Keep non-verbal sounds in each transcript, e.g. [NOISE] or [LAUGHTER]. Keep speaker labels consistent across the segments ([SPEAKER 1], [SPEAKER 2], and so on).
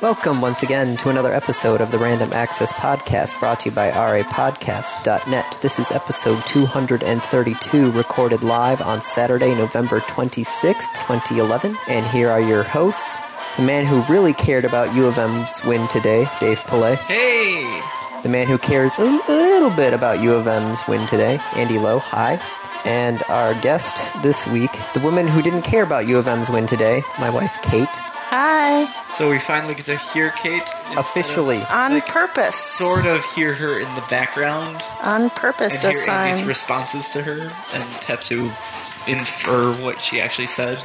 [SPEAKER 1] Welcome once again to another episode of the Random Access Podcast brought to you by rapodcast.net. This is episode 232, recorded live on Saturday, November 26th, 2011. And here are your hosts the man who really cared about U of M's win today, Dave Pillay.
[SPEAKER 2] Hey!
[SPEAKER 1] The man who cares a little bit about U of M's win today, Andy Lowe. Hi. And our guest this week, the woman who didn't care about U of M's win today, my wife Kate.
[SPEAKER 3] Hi.
[SPEAKER 2] So we finally get to hear Kate. instead of-
[SPEAKER 1] Officially.
[SPEAKER 3] On
[SPEAKER 2] Like,
[SPEAKER 3] purpose.
[SPEAKER 2] Sort of hear her in the background
[SPEAKER 3] On purpose
[SPEAKER 2] and
[SPEAKER 3] this
[SPEAKER 2] hear Andy's
[SPEAKER 3] time.
[SPEAKER 2] responses to her and have to infer what she actually said.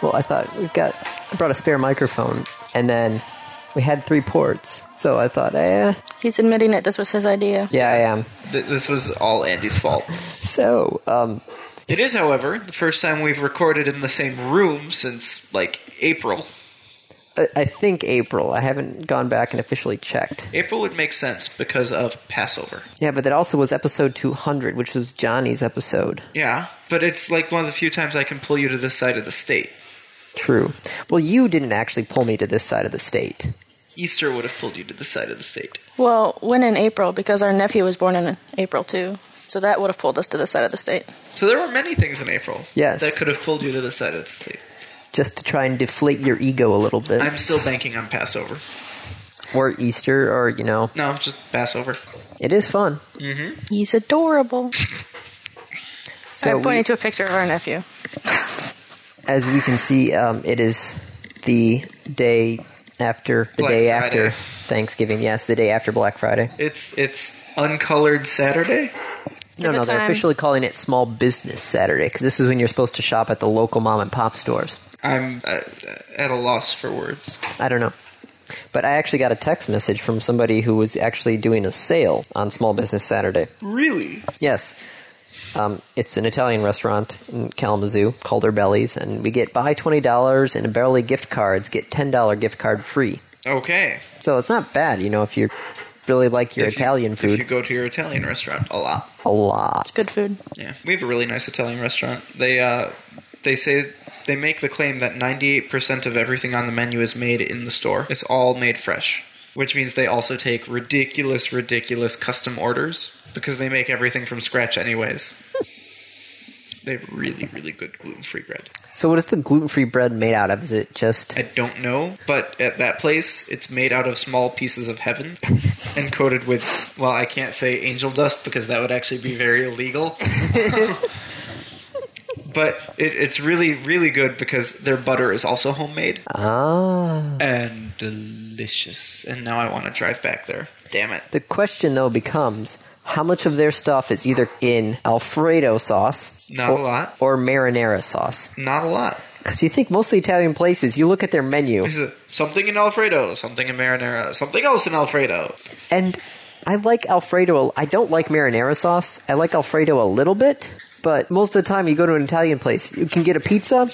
[SPEAKER 1] Well, I thought we've got. I brought a spare microphone, and then we had three ports. So I thought, eh,
[SPEAKER 3] He's admitting it. This was his idea.
[SPEAKER 1] yeah, I am.
[SPEAKER 2] Th- this was all Andy's fault.
[SPEAKER 1] So, um,
[SPEAKER 2] It is, however, the first time we've recorded in the same room since, like, April.
[SPEAKER 1] I, I think April. I haven't gone back and officially checked.
[SPEAKER 2] April would make sense because of Passover.
[SPEAKER 1] Yeah, but that also was episode 200, which was Johnny's episode.
[SPEAKER 2] Yeah, but it's like one of the few times I can pull you to this side of the state.
[SPEAKER 1] True. Well, you didn't actually pull me to this side of the state.
[SPEAKER 2] Easter would have pulled you to this side of the state.
[SPEAKER 3] Well, when in April, because our nephew was born in April, too. So that would have pulled us to this side of the state.
[SPEAKER 2] So there were many things in April
[SPEAKER 1] Yes.
[SPEAKER 2] that could have pulled you to this side of the state.
[SPEAKER 1] Just to try and deflate your ego a little bit.
[SPEAKER 2] I'm still banking on Passover.
[SPEAKER 1] or Easter, or, you know,
[SPEAKER 2] No, just Passover.
[SPEAKER 1] it is fun.
[SPEAKER 3] He's adorable.
[SPEAKER 1] So
[SPEAKER 3] I'm
[SPEAKER 1] we-
[SPEAKER 3] pointing to a picture of our nephew.
[SPEAKER 1] as we can see, um, it is the day after the
[SPEAKER 2] Black
[SPEAKER 1] day
[SPEAKER 2] Friday.
[SPEAKER 1] after Thanksgiving. Yes, the day after Black Friday.
[SPEAKER 2] It's it's uncolored Saturday.
[SPEAKER 1] No,
[SPEAKER 3] it
[SPEAKER 1] no, they're
[SPEAKER 3] time.
[SPEAKER 1] officially calling it Small Business Saturday because this is when you're supposed to shop at the local mom and pop stores.
[SPEAKER 2] I'm uh, at a loss for words.
[SPEAKER 1] I don't know. But I actually got a text message from somebody who was actually doing a sale on Small Business Saturday.
[SPEAKER 2] Really?
[SPEAKER 1] Yes. Um, it's an Italian restaurant in Kalamazoo called Herbelli's, and we get buy $20 and a barrel of gift cards, get $10 gift card free.
[SPEAKER 2] Okay.
[SPEAKER 1] So it's not bad, you know, if you really like your
[SPEAKER 2] If you-
[SPEAKER 1] Italian
[SPEAKER 2] If
[SPEAKER 1] food
[SPEAKER 2] you go to your Italian restaurant a lot.
[SPEAKER 1] a lot.
[SPEAKER 3] Good food.
[SPEAKER 2] Yeah, we have a really nice Italian restaurant. They uh, they say they make the claim that 98% of everything on the menu is made in the store. It's all made fresh, which means they also take ridiculous, ridiculous custom orders because they make everything from scratch, anyways. They have really, really good gluten free bread.
[SPEAKER 1] So what is the gluten-free bread made out of? Is it just
[SPEAKER 2] I don't know, but at that place, it's made out of small pieces of [LAUGHS] heaven and coated with, well, I can't say angel dust because that would actually be very [LAUGHS] illegal. but it, it's really, really good because their butter is also homemade Oh.
[SPEAKER 1] ah?
[SPEAKER 2] and delicious. And now I want to drive back there. Damn it.
[SPEAKER 1] The question though becomes how much of their stuff is either in Alfredo sauce,
[SPEAKER 2] Not
[SPEAKER 1] or,
[SPEAKER 2] a lot.
[SPEAKER 1] or marinara sauce?
[SPEAKER 2] Not a lot.
[SPEAKER 1] Because you think most of the Italian places, you look at their menu,
[SPEAKER 2] There's a- Something in Alfredo, something in marinara, something else in Alfredo.
[SPEAKER 1] and I like Alfredo. I don't like marinara sauce. I like Alfredo a little bit, but most of the time, you go to an Italian place, you can get a pizza,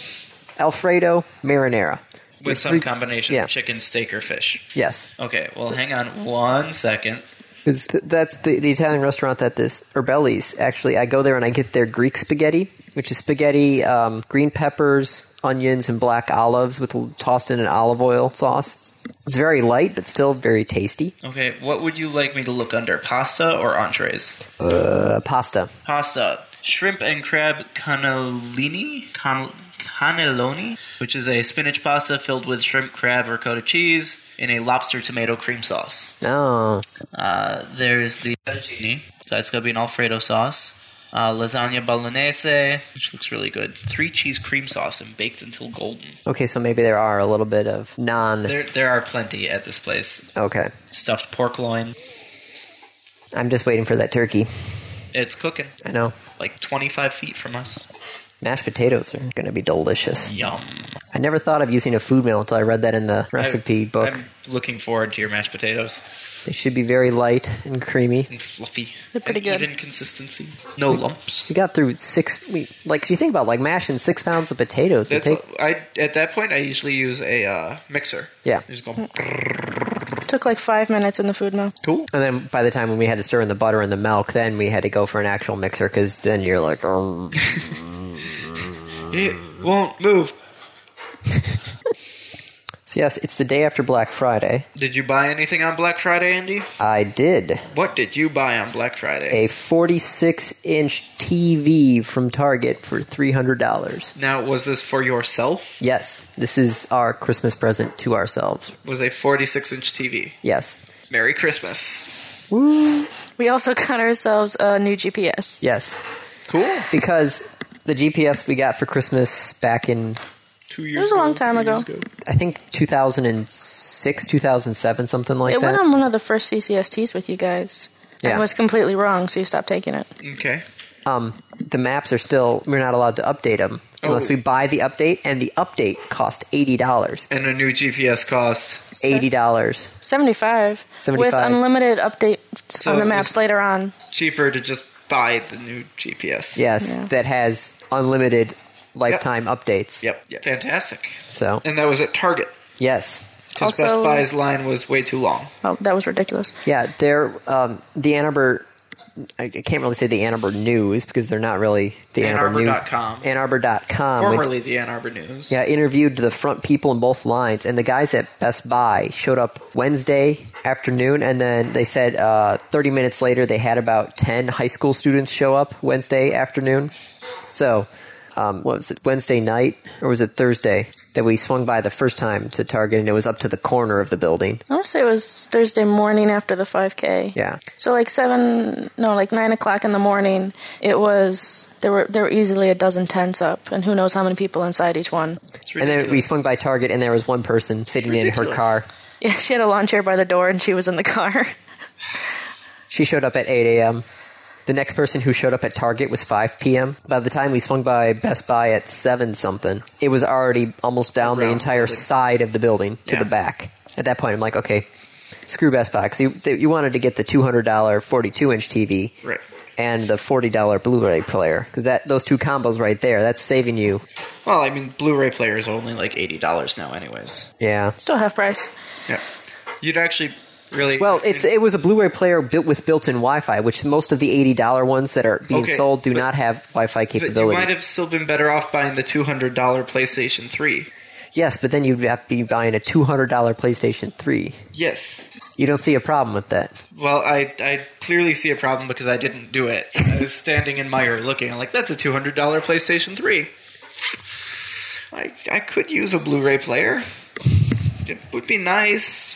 [SPEAKER 1] Alfredo, marinara.
[SPEAKER 2] With some
[SPEAKER 1] three-
[SPEAKER 2] combination
[SPEAKER 1] yeah.
[SPEAKER 2] of chicken, steak, or fish.
[SPEAKER 1] Yes.
[SPEAKER 2] Okay, well, hang on one second.
[SPEAKER 1] Because th- that's the, the Italian restaurant that this Urbelli's actually. I go there and I get their Greek spaghetti, which is spaghetti, um, green peppers, onions, and black olives with l- tossed in an olive oil sauce. It's very light, but still very tasty.
[SPEAKER 2] Okay, what would you like me to look under? Pasta or entrees?
[SPEAKER 1] Uh, pasta.
[SPEAKER 2] Pasta. Shrimp and crab cannellini? Can- cannelloni? Which is a spinach pasta filled with shrimp, crab, ricotta cheese in a lobster tomato cream sauce.
[SPEAKER 1] No.
[SPEAKER 2] Uh, there's the fettuccine. So it's going to be an Alfredo sauce. Uh, lasagna bolognese, which looks really good. Three cheese cream sauce and baked until golden.
[SPEAKER 1] Okay, so maybe there are a little bit of non.
[SPEAKER 2] There, there are plenty at this place.
[SPEAKER 1] Okay.
[SPEAKER 2] Stuffed pork loin.
[SPEAKER 1] I'm just waiting for that turkey.
[SPEAKER 2] It's cooking
[SPEAKER 1] I know.
[SPEAKER 2] like 25 feet from us.
[SPEAKER 1] Mashed potatoes are going to be delicious.
[SPEAKER 2] Yum.
[SPEAKER 1] I never thought of using a food mill until I read that in the recipe
[SPEAKER 2] I-
[SPEAKER 1] book.
[SPEAKER 2] I'm looking forward to your mashed potatoes
[SPEAKER 1] They should be very light and creamy.
[SPEAKER 2] and fluffy.
[SPEAKER 3] They're pretty
[SPEAKER 2] and
[SPEAKER 3] good.
[SPEAKER 2] Even consistency. No lumps.
[SPEAKER 1] We got through six. We, like, so you think about like mashing six pounds of potatoes. We
[SPEAKER 2] That's
[SPEAKER 1] take,
[SPEAKER 2] I at that point I usually use a uh, mixer.
[SPEAKER 1] Yeah.
[SPEAKER 2] You just go
[SPEAKER 3] It took like five minutes in the food mill.
[SPEAKER 2] cool.
[SPEAKER 1] and then by the time when we had to stir in the butter and the milk, then we had to go for an actual mixer because then you're like, um,
[SPEAKER 2] It won't move.
[SPEAKER 1] So yes, it's the day after Black Friday.
[SPEAKER 2] Did you buy anything on Black Friday, Andy?
[SPEAKER 1] I did
[SPEAKER 2] What did you buy on Black Friday?
[SPEAKER 1] a 46 inch TV from Target for $300.
[SPEAKER 2] Now, was this for yourself?
[SPEAKER 1] Yes, this is our Christmas present to ourselves.
[SPEAKER 2] Was a 46 inch TV.
[SPEAKER 1] Yes.
[SPEAKER 2] Merry Christmas.
[SPEAKER 3] We also [LAUGHS] got ourselves a new GPS.
[SPEAKER 1] Yes.
[SPEAKER 2] Cool.
[SPEAKER 1] Because the GPS we got for Christmas back in,
[SPEAKER 2] Two years.
[SPEAKER 3] was a long
[SPEAKER 2] ago,
[SPEAKER 3] time
[SPEAKER 2] two years
[SPEAKER 3] ago.
[SPEAKER 1] I think, 2006, 2007, something like
[SPEAKER 3] It
[SPEAKER 1] that.
[SPEAKER 3] went on one of the first CCSTs with you guys.
[SPEAKER 1] Yeah.
[SPEAKER 3] And was completely wrong, so you stopped taking it.
[SPEAKER 2] Okay.
[SPEAKER 1] um, the maps are still, we're not allowed to update them unless
[SPEAKER 2] Oh.
[SPEAKER 1] we buy the update, and the update cost $80.
[SPEAKER 2] And a new GPS cost.
[SPEAKER 1] $80.
[SPEAKER 3] 75, with
[SPEAKER 1] 75.
[SPEAKER 3] unlimited updates on
[SPEAKER 2] it was-
[SPEAKER 3] the maps later on.
[SPEAKER 2] Cheaper to just buy the new GPS.
[SPEAKER 1] Yes,
[SPEAKER 3] Yeah.
[SPEAKER 1] that has unlimited lifetime updates.
[SPEAKER 2] Yep. yep. Fantastic.
[SPEAKER 1] So,
[SPEAKER 2] And that was at Target.
[SPEAKER 1] yes.
[SPEAKER 2] Because Best
[SPEAKER 3] Also-
[SPEAKER 2] Buy's line was way too long.
[SPEAKER 3] Oh, that was ridiculous.
[SPEAKER 1] Yeah, they're um, the Ann Arbor. I I can't really say the Ann Arbor News because they're not really the Ann Arbor News.
[SPEAKER 2] AnnArbor.com.
[SPEAKER 1] Ann Arbor.com.
[SPEAKER 2] Formerly
[SPEAKER 1] Which,
[SPEAKER 2] the Ann Arbor News.
[SPEAKER 1] Um, yeah, interviewed the front people in both lines, and the guys at Best Buy showed up Wednesday afternoon, and then they said uh, 30 minutes later they had about 10 high school students show up Wednesday afternoon. So, um, what was it, Wednesday night, or was it Thursday, that we swung by the first time to Target, and it was up to the corner of the building.
[SPEAKER 3] I want to say it was Thursday morning after the 5K.
[SPEAKER 1] Yeah.
[SPEAKER 3] So like seven, no, like nine o'clock in the morning. It was there were there were easily a dozen tents up, and who knows how many people inside each one. [LAUGHS]
[SPEAKER 2] It's
[SPEAKER 1] And then we
[SPEAKER 2] ridiculous.
[SPEAKER 1] swung by Target, and there was one person sitting in her
[SPEAKER 2] Ridiculous.
[SPEAKER 1] car.
[SPEAKER 3] Yeah, she had a lawn chair by the door, and she was in the car. [LAUGHS]
[SPEAKER 1] She showed up at 8 a.m. The next person who showed up at Target was 5 p.m. By the time we swung by Best Buy at 7 something, it was already almost down the
[SPEAKER 2] Around
[SPEAKER 1] entire
[SPEAKER 2] the building.
[SPEAKER 1] side of the building to
[SPEAKER 2] Yeah.
[SPEAKER 1] the back. At that point, I'm like, okay, screw Best Buy. 'cause you, th- you wanted to get the $200 42 inch TV.
[SPEAKER 2] Right.
[SPEAKER 1] And the $40 Blu ray player. Because that those two combos right there, that's saving you.
[SPEAKER 2] Well, I mean, Blu-ray players are only like eighty dollars now, anyways.
[SPEAKER 1] Yeah.
[SPEAKER 3] Still half price.
[SPEAKER 2] Yeah. You'd actually really
[SPEAKER 1] Well, it's it was a Blu-ray player built with built-in Wi-Fi, which most of the eighty-dollar ones that are being
[SPEAKER 2] Okay,
[SPEAKER 1] sold do
[SPEAKER 2] but-
[SPEAKER 1] not have Wi-Fi
[SPEAKER 2] But you
[SPEAKER 1] capabilities.
[SPEAKER 2] might have still been better off buying the two hundred dollar PlayStation Three.
[SPEAKER 1] yes, but then you'd have to be buying a two-hundred-dollar PlayStation Three.
[SPEAKER 2] Yes.
[SPEAKER 1] You don't see a problem with that.
[SPEAKER 2] Well, I I clearly see a problem because I didn't do it. I was standing in Meyer looking. I'm like, that's a two hundred dollar PlayStation Three. I I could use a Blu-ray player. It would be nice.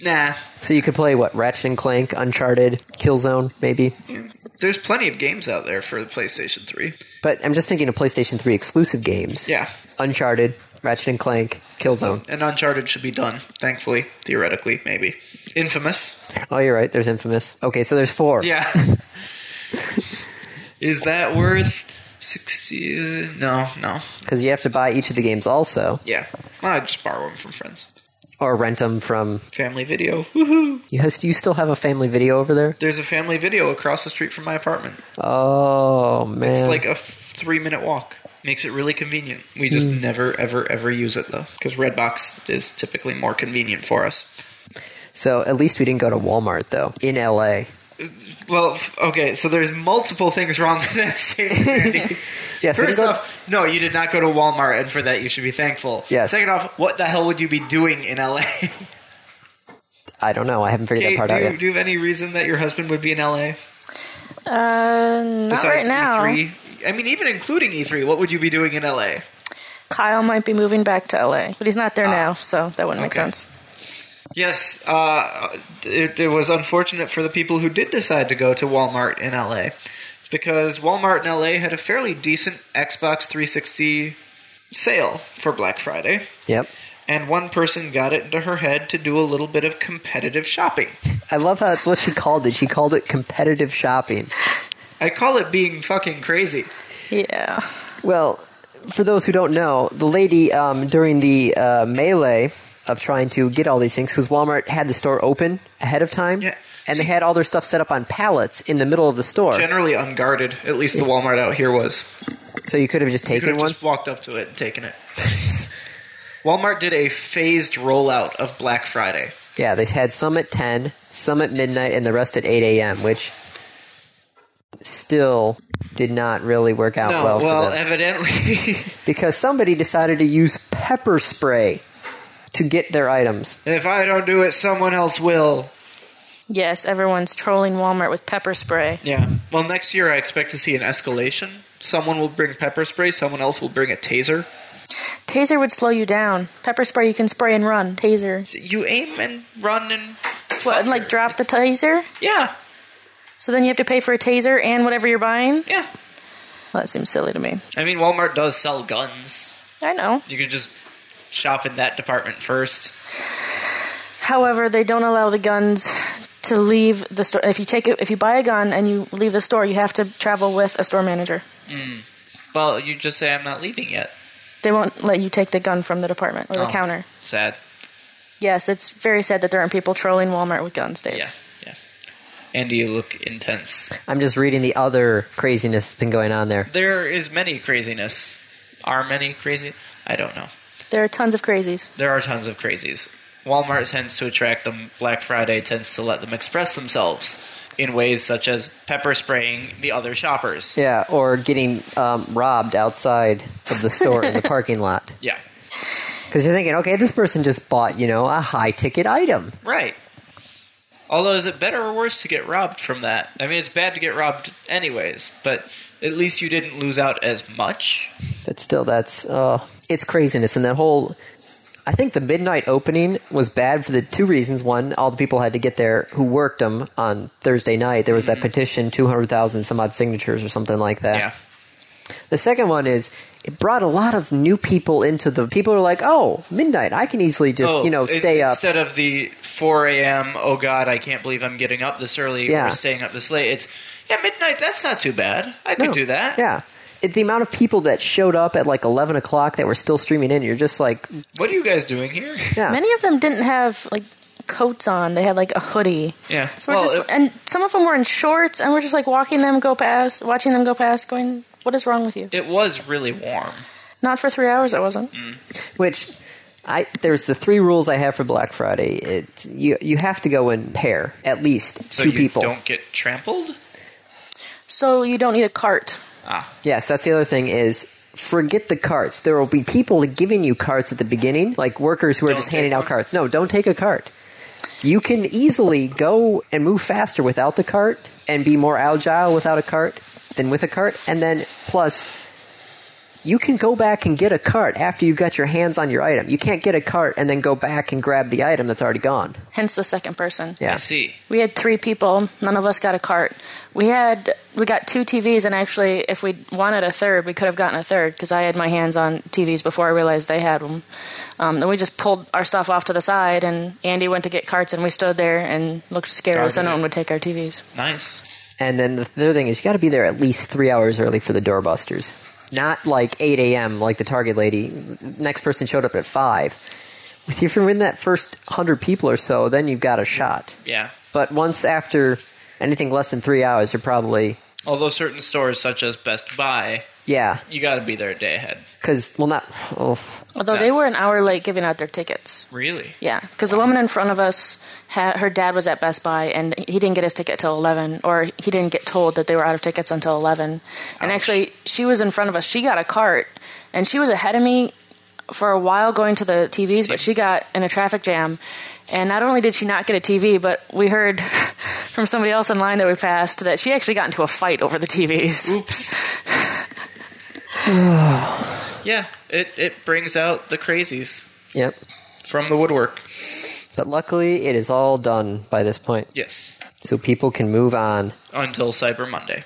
[SPEAKER 2] Nah.
[SPEAKER 1] So you could play what Ratchet and Clank, Uncharted, Killzone, maybe.
[SPEAKER 2] There's plenty of games out there for the PlayStation Three.
[SPEAKER 1] But I'm just thinking of PlayStation Three exclusive games.
[SPEAKER 2] Yeah.
[SPEAKER 1] Uncharted, Ratchet and Clank, Killzone.
[SPEAKER 2] And Uncharted should be done, thankfully, theoretically, maybe. Infamous.
[SPEAKER 1] Oh, you're right. There's Infamous. Okay, so there's four.
[SPEAKER 2] Yeah. [LAUGHS] Is that worth 60? No, no.
[SPEAKER 1] Because you have to buy each of the games also,
[SPEAKER 2] Yeah. I just borrow them from friends.
[SPEAKER 1] or rent them from.
[SPEAKER 2] Family video. Woohoo.
[SPEAKER 1] You has, you still have a family video over there?
[SPEAKER 2] There's a family video across the street from my apartment.
[SPEAKER 1] Oh man!
[SPEAKER 2] It's like a f- three minute walk. Makes it really convenient. We just
[SPEAKER 1] Hmm.
[SPEAKER 2] never, ever, ever use it, though. Because Redbox is typically more convenient for us.
[SPEAKER 1] So at least we didn't go to Walmart though in LA.
[SPEAKER 2] Well, f- okay, so there's multiple things wrong with that [LAUGHS] statement. Andy.
[SPEAKER 1] Yes, we didn't
[SPEAKER 2] First
[SPEAKER 1] go-
[SPEAKER 2] off, no, you did not go to Walmart, and for that you should be thankful.
[SPEAKER 1] Yes.
[SPEAKER 2] Second off, what the hell would you be doing in LA? [LAUGHS]
[SPEAKER 1] I don't know. I haven't figured that
[SPEAKER 2] Kate,
[SPEAKER 1] part
[SPEAKER 2] do,
[SPEAKER 1] out
[SPEAKER 2] you,
[SPEAKER 1] yet.
[SPEAKER 2] do you have any reason that your husband would be in LA
[SPEAKER 3] Uh, not
[SPEAKER 2] besides E
[SPEAKER 3] right now.
[SPEAKER 2] E3? I mean, even including E3, what would you be doing in LA?
[SPEAKER 3] Kyle might be moving back to LA, but he's not there now, so that wouldn't make
[SPEAKER 2] Ah. okay.
[SPEAKER 3] sense.
[SPEAKER 2] Yes, uh, it, it was unfortunate for the people who did decide to go to Walmart in LA because Walmart in LA had a fairly decent Xbox 360 sale for Black Friday.
[SPEAKER 1] Yep.
[SPEAKER 2] and one person got it into her head to do a little bit of competitive shopping.
[SPEAKER 1] I love how it's what she called it. She called it competitive shopping.
[SPEAKER 2] I call it being fucking crazy.
[SPEAKER 3] Yeah.
[SPEAKER 1] Well, for those who don't know, the lady um, during the uh, melee of trying to get all these things because Walmart had the store open ahead of time,
[SPEAKER 2] Yeah.
[SPEAKER 1] and they had all their stuff set up on pallets in the middle of the store,
[SPEAKER 2] Generally unguarded, at least the Walmart out here was.
[SPEAKER 1] so you could have just
[SPEAKER 2] You could
[SPEAKER 1] taken
[SPEAKER 2] have
[SPEAKER 1] one.
[SPEAKER 2] just walked up to it and taken it. Walmart did a phased rollout of Black Friday.
[SPEAKER 1] Yeah, they had some at 10, some at midnight, and the rest at 8 a.m., which still did not really work out
[SPEAKER 2] No,
[SPEAKER 1] well,
[SPEAKER 2] well, eh.
[SPEAKER 1] for them.
[SPEAKER 2] evidently. [LAUGHS]
[SPEAKER 1] because somebody decided to use pepper spray to get their items.
[SPEAKER 2] If I don't do it, someone else will.
[SPEAKER 3] Yes, everyone's trolling Walmart with pepper spray.
[SPEAKER 2] Yeah. Well, next year I expect to see an escalation. Someone will bring pepper spray, someone else will bring a taser.
[SPEAKER 3] Taser would slow you down. Pepper spray, you can spray and run. Taser.
[SPEAKER 2] You aim and run and.
[SPEAKER 3] What, and like drop the taser?
[SPEAKER 2] Yeah.
[SPEAKER 3] So then you have to pay for a taser and whatever you're buying?
[SPEAKER 2] Yeah.
[SPEAKER 3] Well, that seems silly to me.
[SPEAKER 2] I mean, Walmart does sell guns.
[SPEAKER 3] I know.
[SPEAKER 2] You could just shop in that department first.
[SPEAKER 3] However, they don't allow the guns to leave the store. If you take it, if you buy a gun and you leave the store, you have to travel with a store manager.
[SPEAKER 2] Well, you just say, I'm not leaving yet.
[SPEAKER 3] They won't let you take the gun from the department or the
[SPEAKER 2] Oh,
[SPEAKER 3] counter.
[SPEAKER 2] Sad.
[SPEAKER 3] Yes, it's very sad that there aren't people trolling Walmart with guns, Dave.
[SPEAKER 2] Yeah, yeah. And you look intense.
[SPEAKER 1] I'm just reading the other craziness that's been going on there.
[SPEAKER 2] There is many craziness. Are many crazy? I don't know.
[SPEAKER 3] There are tons of crazies.
[SPEAKER 2] There are tons of crazies. Walmart tends to attract them. Black Friday tends to let them express themselves in ways such as pepper spraying the other shoppers.
[SPEAKER 1] Yeah, or getting um, robbed outside of the store [LAUGHS] in the parking lot.
[SPEAKER 2] Yeah.
[SPEAKER 1] Because you're thinking, okay, this person just bought, you know, a high ticket item.
[SPEAKER 2] Right. Although, is it better or worse to get robbed from that? I mean, it's bad to get robbed anyways, but at least you didn't lose out as much.
[SPEAKER 1] But still, that's uh, it's craziness, and that whole. I think the midnight opening was bad for the two reasons. One, all the people had to get there who worked them on Thursday night. There was that petition, two hundred thousand some odd signatures or something like that.
[SPEAKER 2] Yeah.
[SPEAKER 1] The second one is it brought a lot of new people into the people are like, oh, midnight, I can easily just
[SPEAKER 2] Oh,
[SPEAKER 1] you know
[SPEAKER 2] in-
[SPEAKER 1] stay up.
[SPEAKER 2] Instead of the 4 a.m., oh God, I can't believe I'm getting up this early
[SPEAKER 1] Yeah.
[SPEAKER 2] or staying up this late, it's, yeah, midnight, that's not too bad. I could
[SPEAKER 1] No.
[SPEAKER 2] do that.
[SPEAKER 1] Yeah. It, the amount of people that showed up at like eleven o'clock that were still streaming in, you're just like,
[SPEAKER 2] What are you guys doing here?
[SPEAKER 1] yeah,
[SPEAKER 3] Many of them didn't have like coats on. They had like a hoodie.
[SPEAKER 2] Yeah.
[SPEAKER 3] So we're
[SPEAKER 2] Well,
[SPEAKER 3] just
[SPEAKER 2] it-
[SPEAKER 3] and some of them were in shorts, and we're just like walking them go past, watching them go past, going, "What is wrong with you?"
[SPEAKER 2] It was really warm.
[SPEAKER 3] Not for three hours. It wasn't.
[SPEAKER 1] Which I there's the three rules I have for Black Friday. It you you have to go in pair at least
[SPEAKER 2] So
[SPEAKER 1] two
[SPEAKER 2] you
[SPEAKER 1] people.
[SPEAKER 2] don't get trampled?
[SPEAKER 3] So you don't need a cart.
[SPEAKER 2] Ah.
[SPEAKER 1] Yes, that's the other thing is forget the carts. There will be people giving you carts at the beginning, like workers who are
[SPEAKER 2] Don't
[SPEAKER 1] just
[SPEAKER 2] take
[SPEAKER 1] handing out
[SPEAKER 2] one.
[SPEAKER 1] carts. No, don't take a cart. You can easily go and move faster without the cart and be more agile without a cart than with a cart. And then plus you can go back and get a cart after you've got your hands on your item. You can't get a cart and then go back and grab the item that's already gone.
[SPEAKER 3] Hence the second person.
[SPEAKER 1] Yeah.
[SPEAKER 2] I see.
[SPEAKER 3] We had three people. None of us got a cart. We had we got two TVs, and actually, if we wanted a third, we could have gotten a third because I had my hands on TVs before I realized they had them. Um, then we just pulled our stuff off to the side, and Andy went to get carts, and we stood there and looked scared, so
[SPEAKER 2] Guarded
[SPEAKER 3] no
[SPEAKER 2] it.
[SPEAKER 3] one would take our TVs.
[SPEAKER 2] Nice.
[SPEAKER 1] And then the other thing is you got to be there at least three hours early for the doorbusters. Not like 8 a.m. like the Target lady. Next person showed up at 5. If you're in that first 100 people or so, then you've got a shot.
[SPEAKER 2] Yeah.
[SPEAKER 1] But once after anything less than three hours, you're probably,
[SPEAKER 2] Although certain stores, such as Best Buy,
[SPEAKER 1] yeah.
[SPEAKER 2] you got to be there a day ahead.
[SPEAKER 1] Because, well, not, oh,
[SPEAKER 3] Although
[SPEAKER 2] Yeah.
[SPEAKER 3] they were an hour late giving out their tickets.
[SPEAKER 1] [SIGHS]
[SPEAKER 2] Really?
[SPEAKER 3] Yeah, because the woman in front of us, ha her dad was at Best Buy, and he didn't get his ticket till eleven, or he didn't get told that they were out of tickets until eleven. And
[SPEAKER 2] Ouch.
[SPEAKER 3] actually, she was in front of us. She got a cart, and she was ahead of me for a while going to the TVs, but she got in a traffic jam. And not only did she not get a TV, but we heard [LAUGHS] from somebody else in line that we passed that she actually got into a fight over the TVs.
[SPEAKER 2] Oops. yeah, it, it brings out the crazies
[SPEAKER 1] yep.
[SPEAKER 2] from the woodwork.
[SPEAKER 1] But luckily, it is all done by this point.
[SPEAKER 2] Yes.
[SPEAKER 1] So people can move on.
[SPEAKER 2] Until Cyber Monday.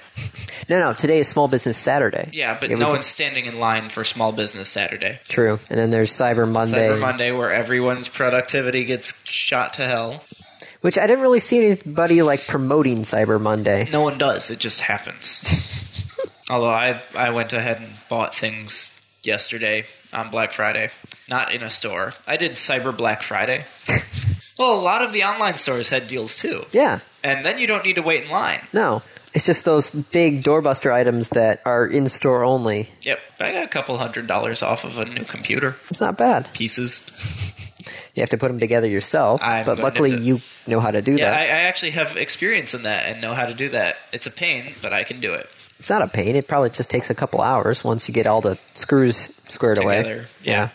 [SPEAKER 1] No, no, today is Small Business Saturday.
[SPEAKER 2] Yeah, but
[SPEAKER 1] we
[SPEAKER 2] no
[SPEAKER 1] can-
[SPEAKER 2] one's standing in line for Small Business Saturday.
[SPEAKER 1] True. And then there's Cyber Monday.
[SPEAKER 2] Cyber Monday, where everyone's productivity gets shot to hell.
[SPEAKER 1] Which I didn't really see anybody like promoting Cyber Monday.
[SPEAKER 2] No one does. It just happens. Although I I went ahead and bought things yesterday on Black Friday, not in a store. I did Cyber Black Friday. well, a lot of the online stores had deals too.
[SPEAKER 1] Yeah,
[SPEAKER 2] And then you don't need to wait in line.
[SPEAKER 1] no. It's just those big doorbuster items that are in store only.
[SPEAKER 2] Yep. I got a couple hundred dollars off of a new computer
[SPEAKER 1] It's not bad.
[SPEAKER 2] pieces.
[SPEAKER 1] You have to put them together yourself,
[SPEAKER 2] I'm
[SPEAKER 1] but
[SPEAKER 2] gonna
[SPEAKER 1] luckily
[SPEAKER 2] do-
[SPEAKER 1] you know how to do
[SPEAKER 2] Yeah,
[SPEAKER 1] that.
[SPEAKER 2] I, I actually have experience in that and know how to do that. It's a pain, but I can do it.
[SPEAKER 1] it's not a pain. It probably just takes a couple hours once you get all the screws squared away.
[SPEAKER 2] Together, yeah.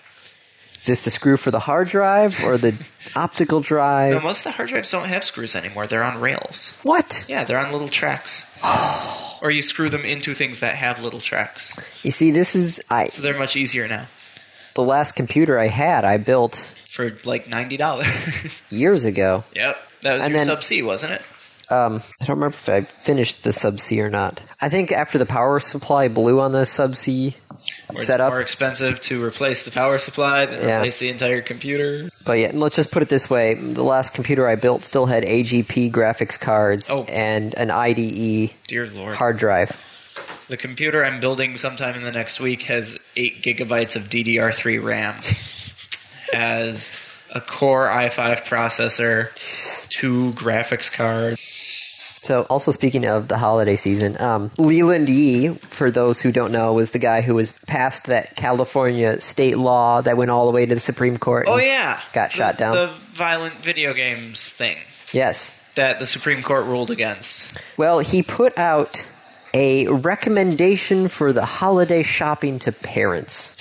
[SPEAKER 1] Is this the screw for the hard drive or the optical drive?
[SPEAKER 2] [LAUGHS] Now, most of the hard drives don't have screws anymore. They're on rails.
[SPEAKER 1] What?
[SPEAKER 2] Yeah, they're on little [GASPS] tracks. or you screw them into things that have little tracks.
[SPEAKER 1] You see, this is I
[SPEAKER 2] So they're much easier now.
[SPEAKER 1] the last computer I had. I built
[SPEAKER 2] For like ninety dollars. [LAUGHS]
[SPEAKER 1] years ago.
[SPEAKER 2] yep. That was
[SPEAKER 1] And
[SPEAKER 2] your
[SPEAKER 1] then-
[SPEAKER 2] sub C, wasn't it?
[SPEAKER 1] Um, I don't remember if I finished the sub C or not. I think after the power supply blew on the sub C
[SPEAKER 2] Where it's
[SPEAKER 1] setup,
[SPEAKER 2] more expensive to replace the power supply than
[SPEAKER 1] Yeah.
[SPEAKER 2] replace the entire computer.
[SPEAKER 1] But yeah, let's just put it this way: the last computer I built still had AGP graphics cards
[SPEAKER 2] Oh.
[SPEAKER 1] and an IDE
[SPEAKER 2] Dear lord.
[SPEAKER 1] hard drive.
[SPEAKER 2] The computer I'm building sometime in the next week has 8 gigabytes of
[SPEAKER 1] [LAUGHS]
[SPEAKER 2] DDR3 RAM, has a Core i5 processor, two graphics cards.
[SPEAKER 1] So, also speaking of the holiday season, um, Leland Yee, for those who don't know, was the guy who was passed that California state law that went all the way to the Supreme Court.
[SPEAKER 2] Oh,
[SPEAKER 1] and
[SPEAKER 2] yeah.
[SPEAKER 1] got
[SPEAKER 2] The-
[SPEAKER 1] shot down.
[SPEAKER 2] The violent video games thing
[SPEAKER 1] yes.
[SPEAKER 2] that the Supreme Court ruled against.
[SPEAKER 1] Well, he put out a recommendation for the holiday shopping to parents.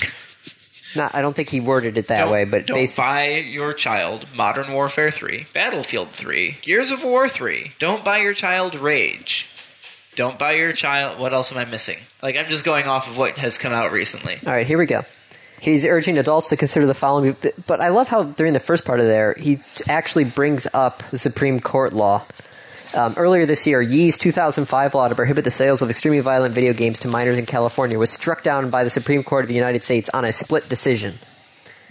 [SPEAKER 1] Not, I don't think he worded it that
[SPEAKER 2] Don't-
[SPEAKER 1] way, but
[SPEAKER 2] don't
[SPEAKER 1] basically,
[SPEAKER 2] buy your child Modern Warfare 3, Battlefield 3, Gears of War 3. Don't buy your child Rage. Don't buy your child. What else am I missing? Like, I'm just going off of what has come out recently.
[SPEAKER 1] All right, here we go. He's urging adults to consider the following. But I love how during the first part of there, he actually brings up the Supreme Court law. Um, earlier this year, Yee's 2005 law to prohibit the sales of extremely violent video games to minors in California was struck down by the Supreme Court of the United States on a split decision.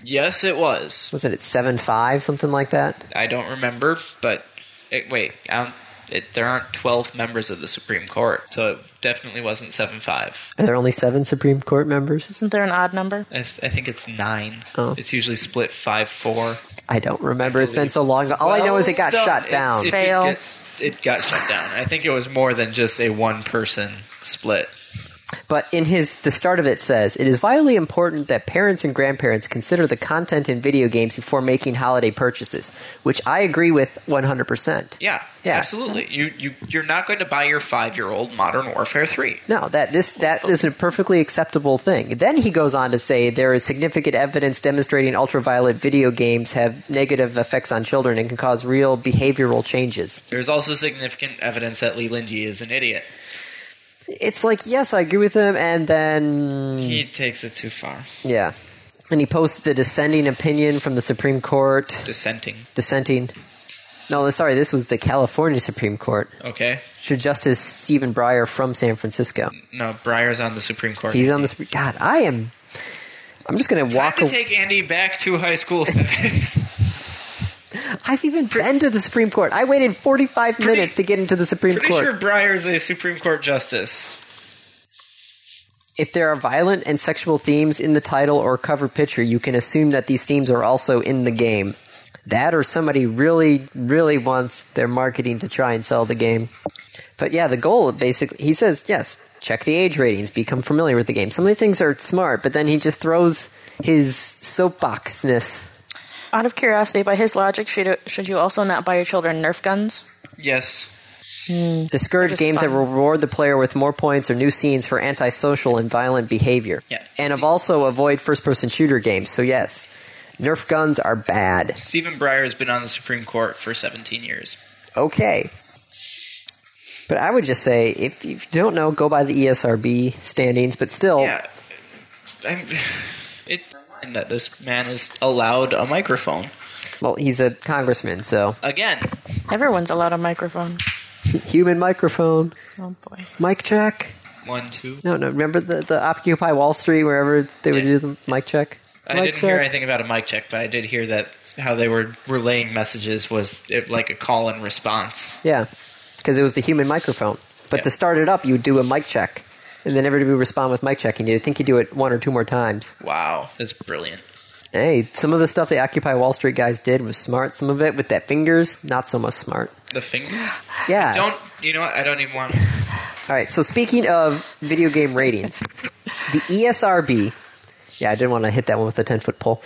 [SPEAKER 2] Yes, it was.
[SPEAKER 1] Wasn't it 7 5, something like that?
[SPEAKER 2] I don't remember, but it, wait, I don't- it, there aren't 12 members of the Supreme Court, so it definitely wasn't 7 5.
[SPEAKER 1] Are there only seven Supreme Court members?
[SPEAKER 3] Isn't there an odd number?
[SPEAKER 2] I, th- I think it's 9.
[SPEAKER 1] Oh.
[SPEAKER 2] It's usually split 5 4.
[SPEAKER 1] I don't remember. It's been so long. All I know is it got
[SPEAKER 2] Well,
[SPEAKER 1] shot
[SPEAKER 2] it- [LAUGHS]
[SPEAKER 1] down.
[SPEAKER 2] It, did
[SPEAKER 3] Fail.
[SPEAKER 2] get- it got shut down. I think it was more than just a one person split.
[SPEAKER 1] But in his the start of it says it is vitally important that parents and grandparents consider the content in video games before making holiday purchases, which I agree with 100%.
[SPEAKER 2] Yeah,
[SPEAKER 1] Yeah.
[SPEAKER 2] absolutely. You you you're not going to buy your five year old Modern Warfare three.
[SPEAKER 1] No, that this that is a perfectly acceptable thing. Then he goes on to say there is significant evidence demonstrating ultraviolet video games have negative effects on children and can cause real behavioral changes.
[SPEAKER 2] There's also significant evidence that Leland Yee is an idiot.
[SPEAKER 1] It's like, yes, I agree with him and then
[SPEAKER 2] He takes it too far.
[SPEAKER 1] yeah. And he posts the dissenting opinion from the Supreme Court.
[SPEAKER 2] Dissenting.
[SPEAKER 1] dissenting. No, sorry, this was the California Supreme Court.
[SPEAKER 2] Okay.
[SPEAKER 1] Should Justice Stephen Breyer from San Francisco.
[SPEAKER 2] No, Breyer's on the Supreme Court.
[SPEAKER 1] He's on this. God, I am. I'm just going to
[SPEAKER 2] Time
[SPEAKER 1] walk.
[SPEAKER 2] to
[SPEAKER 1] Away.
[SPEAKER 2] take Andy back to
[SPEAKER 1] [LAUGHS]
[SPEAKER 2] high school settings.
[SPEAKER 1] I've even been to the Supreme Court. I waited 45 minutes to get into the Supreme
[SPEAKER 2] Pretty
[SPEAKER 1] Court.
[SPEAKER 2] sure Breyer's a Supreme Court justice.
[SPEAKER 1] If there are violent and sexual themes in the title or cover picture, you can assume that these themes are also in the game. That or somebody really, really wants their marketing to try and sell the game. But yeah, the goal basically, he says, yes, check the age ratings, become familiar with the game. Some of the things are smart, but then he just throws his soapboxness.
[SPEAKER 3] Out of curiosity, by his logic, should should you also not buy your children Nerf guns?
[SPEAKER 2] Yes.
[SPEAKER 1] Discourage
[SPEAKER 3] Just
[SPEAKER 1] games that
[SPEAKER 3] fun.
[SPEAKER 1] reward the player with more points or new scenes for antisocial and violent behavior.
[SPEAKER 2] Yeah.
[SPEAKER 1] And of also avoid first person shooter games. So yes, Nerf guns are bad.
[SPEAKER 2] Stephen Breyer has been on the Supreme Court for 17 years.
[SPEAKER 1] okay. But I would just say if you don't know, go by the E ESRB standings. But still,
[SPEAKER 2] Yeah. I'm, it and that this man is allowed a microphone.
[SPEAKER 1] well, he's a congressman, so [LAUGHS]
[SPEAKER 2] Again,
[SPEAKER 3] Everyone's allowed a microphone.
[SPEAKER 1] human microphone,
[SPEAKER 3] Oh boy.
[SPEAKER 1] mic check.
[SPEAKER 2] one, two.
[SPEAKER 1] No, no, remember the, the Occupy Wall Street wherever they would
[SPEAKER 2] Yeah.
[SPEAKER 1] do the mic check.
[SPEAKER 2] I
[SPEAKER 1] mic
[SPEAKER 2] didn't hear anything about a mic check, but I did hear that how they were relaying messages was it, like a call and response.
[SPEAKER 1] Yeah, because it was the human microphone. But
[SPEAKER 2] Yeah.
[SPEAKER 1] to start it up, you would do a mic check, and then everybody would respond with mic check, and you'd think you do it one or two more times.
[SPEAKER 2] Wow, that's brilliant.
[SPEAKER 1] Hey, some of the stuff the Occupy Wall Street guys did was smart. Some of it with that fingers, not so much smart.
[SPEAKER 2] The finger.
[SPEAKER 1] Yeah.
[SPEAKER 2] Don't you know what? I don't even want.
[SPEAKER 1] All right. So speaking of video game ratings, the E ESRB. Yeah, I didn't want to hit that one with a ten foot pole.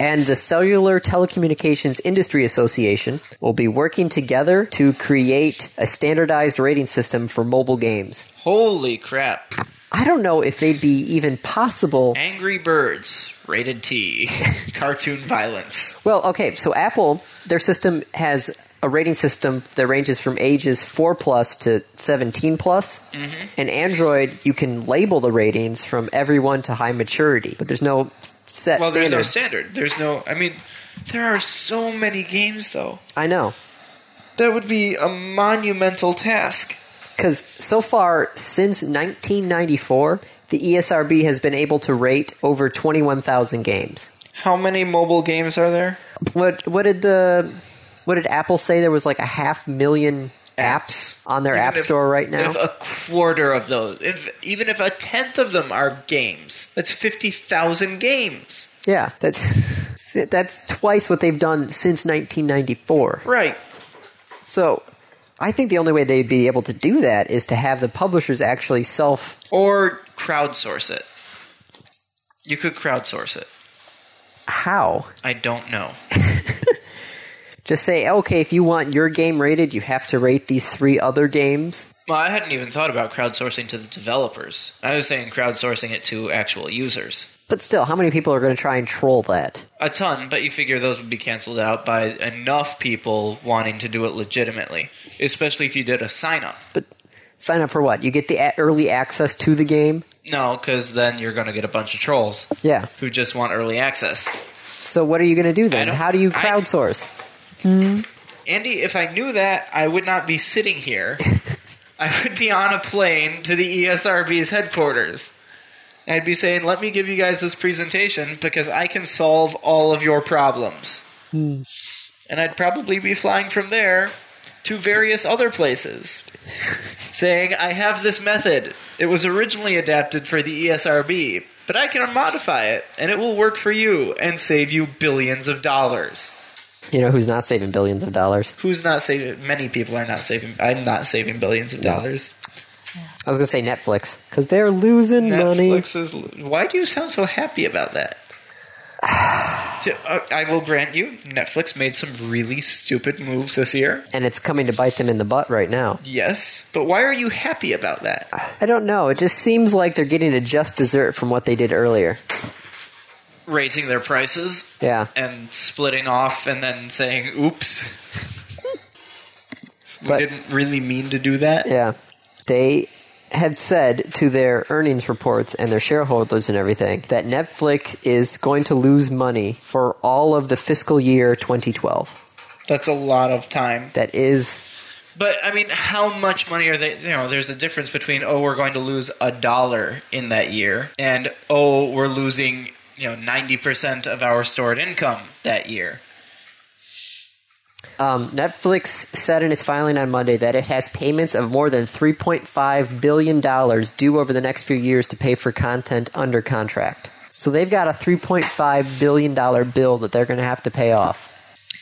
[SPEAKER 1] And the Cellular Telecommunications Industry Association will be working together to create a standardized rating system for mobile games.
[SPEAKER 2] Holy crap!
[SPEAKER 1] I don't know if they'd be even possible.
[SPEAKER 2] Angry Birds, rated T, cartoon violence.
[SPEAKER 1] Well, okay, so Apple, their system has a rating system that ranges from ages 4 plus to 17 plus.
[SPEAKER 2] Mm-hmm.
[SPEAKER 1] And Android, you can label the ratings from everyone to high maturity, but there's no s- set
[SPEAKER 2] Well, there's
[SPEAKER 1] standard.
[SPEAKER 2] no standard. There's no. I mean, there are so many games though.
[SPEAKER 1] I know.
[SPEAKER 2] That would be a monumental task.
[SPEAKER 1] Because so far, since 1994, the E ESRB has been able to rate over 21,000 games.
[SPEAKER 2] How many mobile games are there?
[SPEAKER 1] What what did the what did Apple say? There was like a half million apps on their
[SPEAKER 2] Even
[SPEAKER 1] app
[SPEAKER 2] if-
[SPEAKER 1] store right now.
[SPEAKER 2] If a quarter of those, if, even if a tenth of them are games, that's fifty thousand games.
[SPEAKER 1] yeah, that's that's twice what they've done since 1994.
[SPEAKER 2] Right.
[SPEAKER 1] So, I think the only way they'd be able to do that is to have the publishers actually self
[SPEAKER 2] Or crowdsource it. You could crowdsource it.
[SPEAKER 1] how
[SPEAKER 2] I don't know.
[SPEAKER 1] just say, okay, if you want your game rated, you have to rate these three other games.
[SPEAKER 2] Well, I hadn't even thought about crowdsourcing to the developers. I was saying crowdsourcing it to actual users.
[SPEAKER 1] But still, how many people are going to try and troll that?
[SPEAKER 2] A ton, but you figure those would be canceled out by enough people wanting to do it legitimately, especially if you did a sign up.
[SPEAKER 1] But sign up for what? You get the a- early access to the game.
[SPEAKER 2] No, because then you're going to get a bunch of trolls
[SPEAKER 1] Yeah.
[SPEAKER 2] who just want early access.
[SPEAKER 1] So what are you going to do then?
[SPEAKER 2] don't-
[SPEAKER 1] How do you
[SPEAKER 2] I-
[SPEAKER 1] crowdsource?
[SPEAKER 2] Andy, if I knew that, I would not be sitting here. I would be on a plane to the E ESRB's headquarters. I'd be saying, let me give you guys this presentation because I can solve all of your problems. And I'd probably be flying from there to various other places saying, I have this method. It was originally adapted for the E ESRB, but I can modify it and it will work for you and save you billions of dollars
[SPEAKER 1] You know who's not saving billions of dollars?
[SPEAKER 2] who's not saving many people are not saving i'm not saving billions of dollars
[SPEAKER 1] I was going to say Netflix because they're losing money.
[SPEAKER 2] netflix is why do you sound so happy about that [SIGHS] Ju- uh, i will grant you netflix made some really stupid moves this year
[SPEAKER 1] And it's coming to bite them in the butt right now.
[SPEAKER 2] yes but why are you happy about that
[SPEAKER 1] I don't know. It just seems like they're getting a just dessert from what they did earlier.
[SPEAKER 2] raising their prices
[SPEAKER 1] Yeah.
[SPEAKER 2] and splitting off and then saying oops [LAUGHS] we
[SPEAKER 1] But-
[SPEAKER 2] didn't really mean to do that
[SPEAKER 1] Yeah. They had said to their earnings reports and their shareholders and everything that Netflix is going to lose money for all of the fiscal year 2012.
[SPEAKER 2] that's a lot of time
[SPEAKER 1] That is
[SPEAKER 2] But I mean, how much money are they? You know, there's a difference between oh, we're going to lose a dollar in that year, and oh, we're losing you know ninety percent of our stored income that year.
[SPEAKER 1] um, Netflix said in its filing on Monday that it has payments of more than 3.5 billion dollars due over the next few years to pay for content under contract. So they've got a 3.5 billion dollar bill that they're going to have to pay off.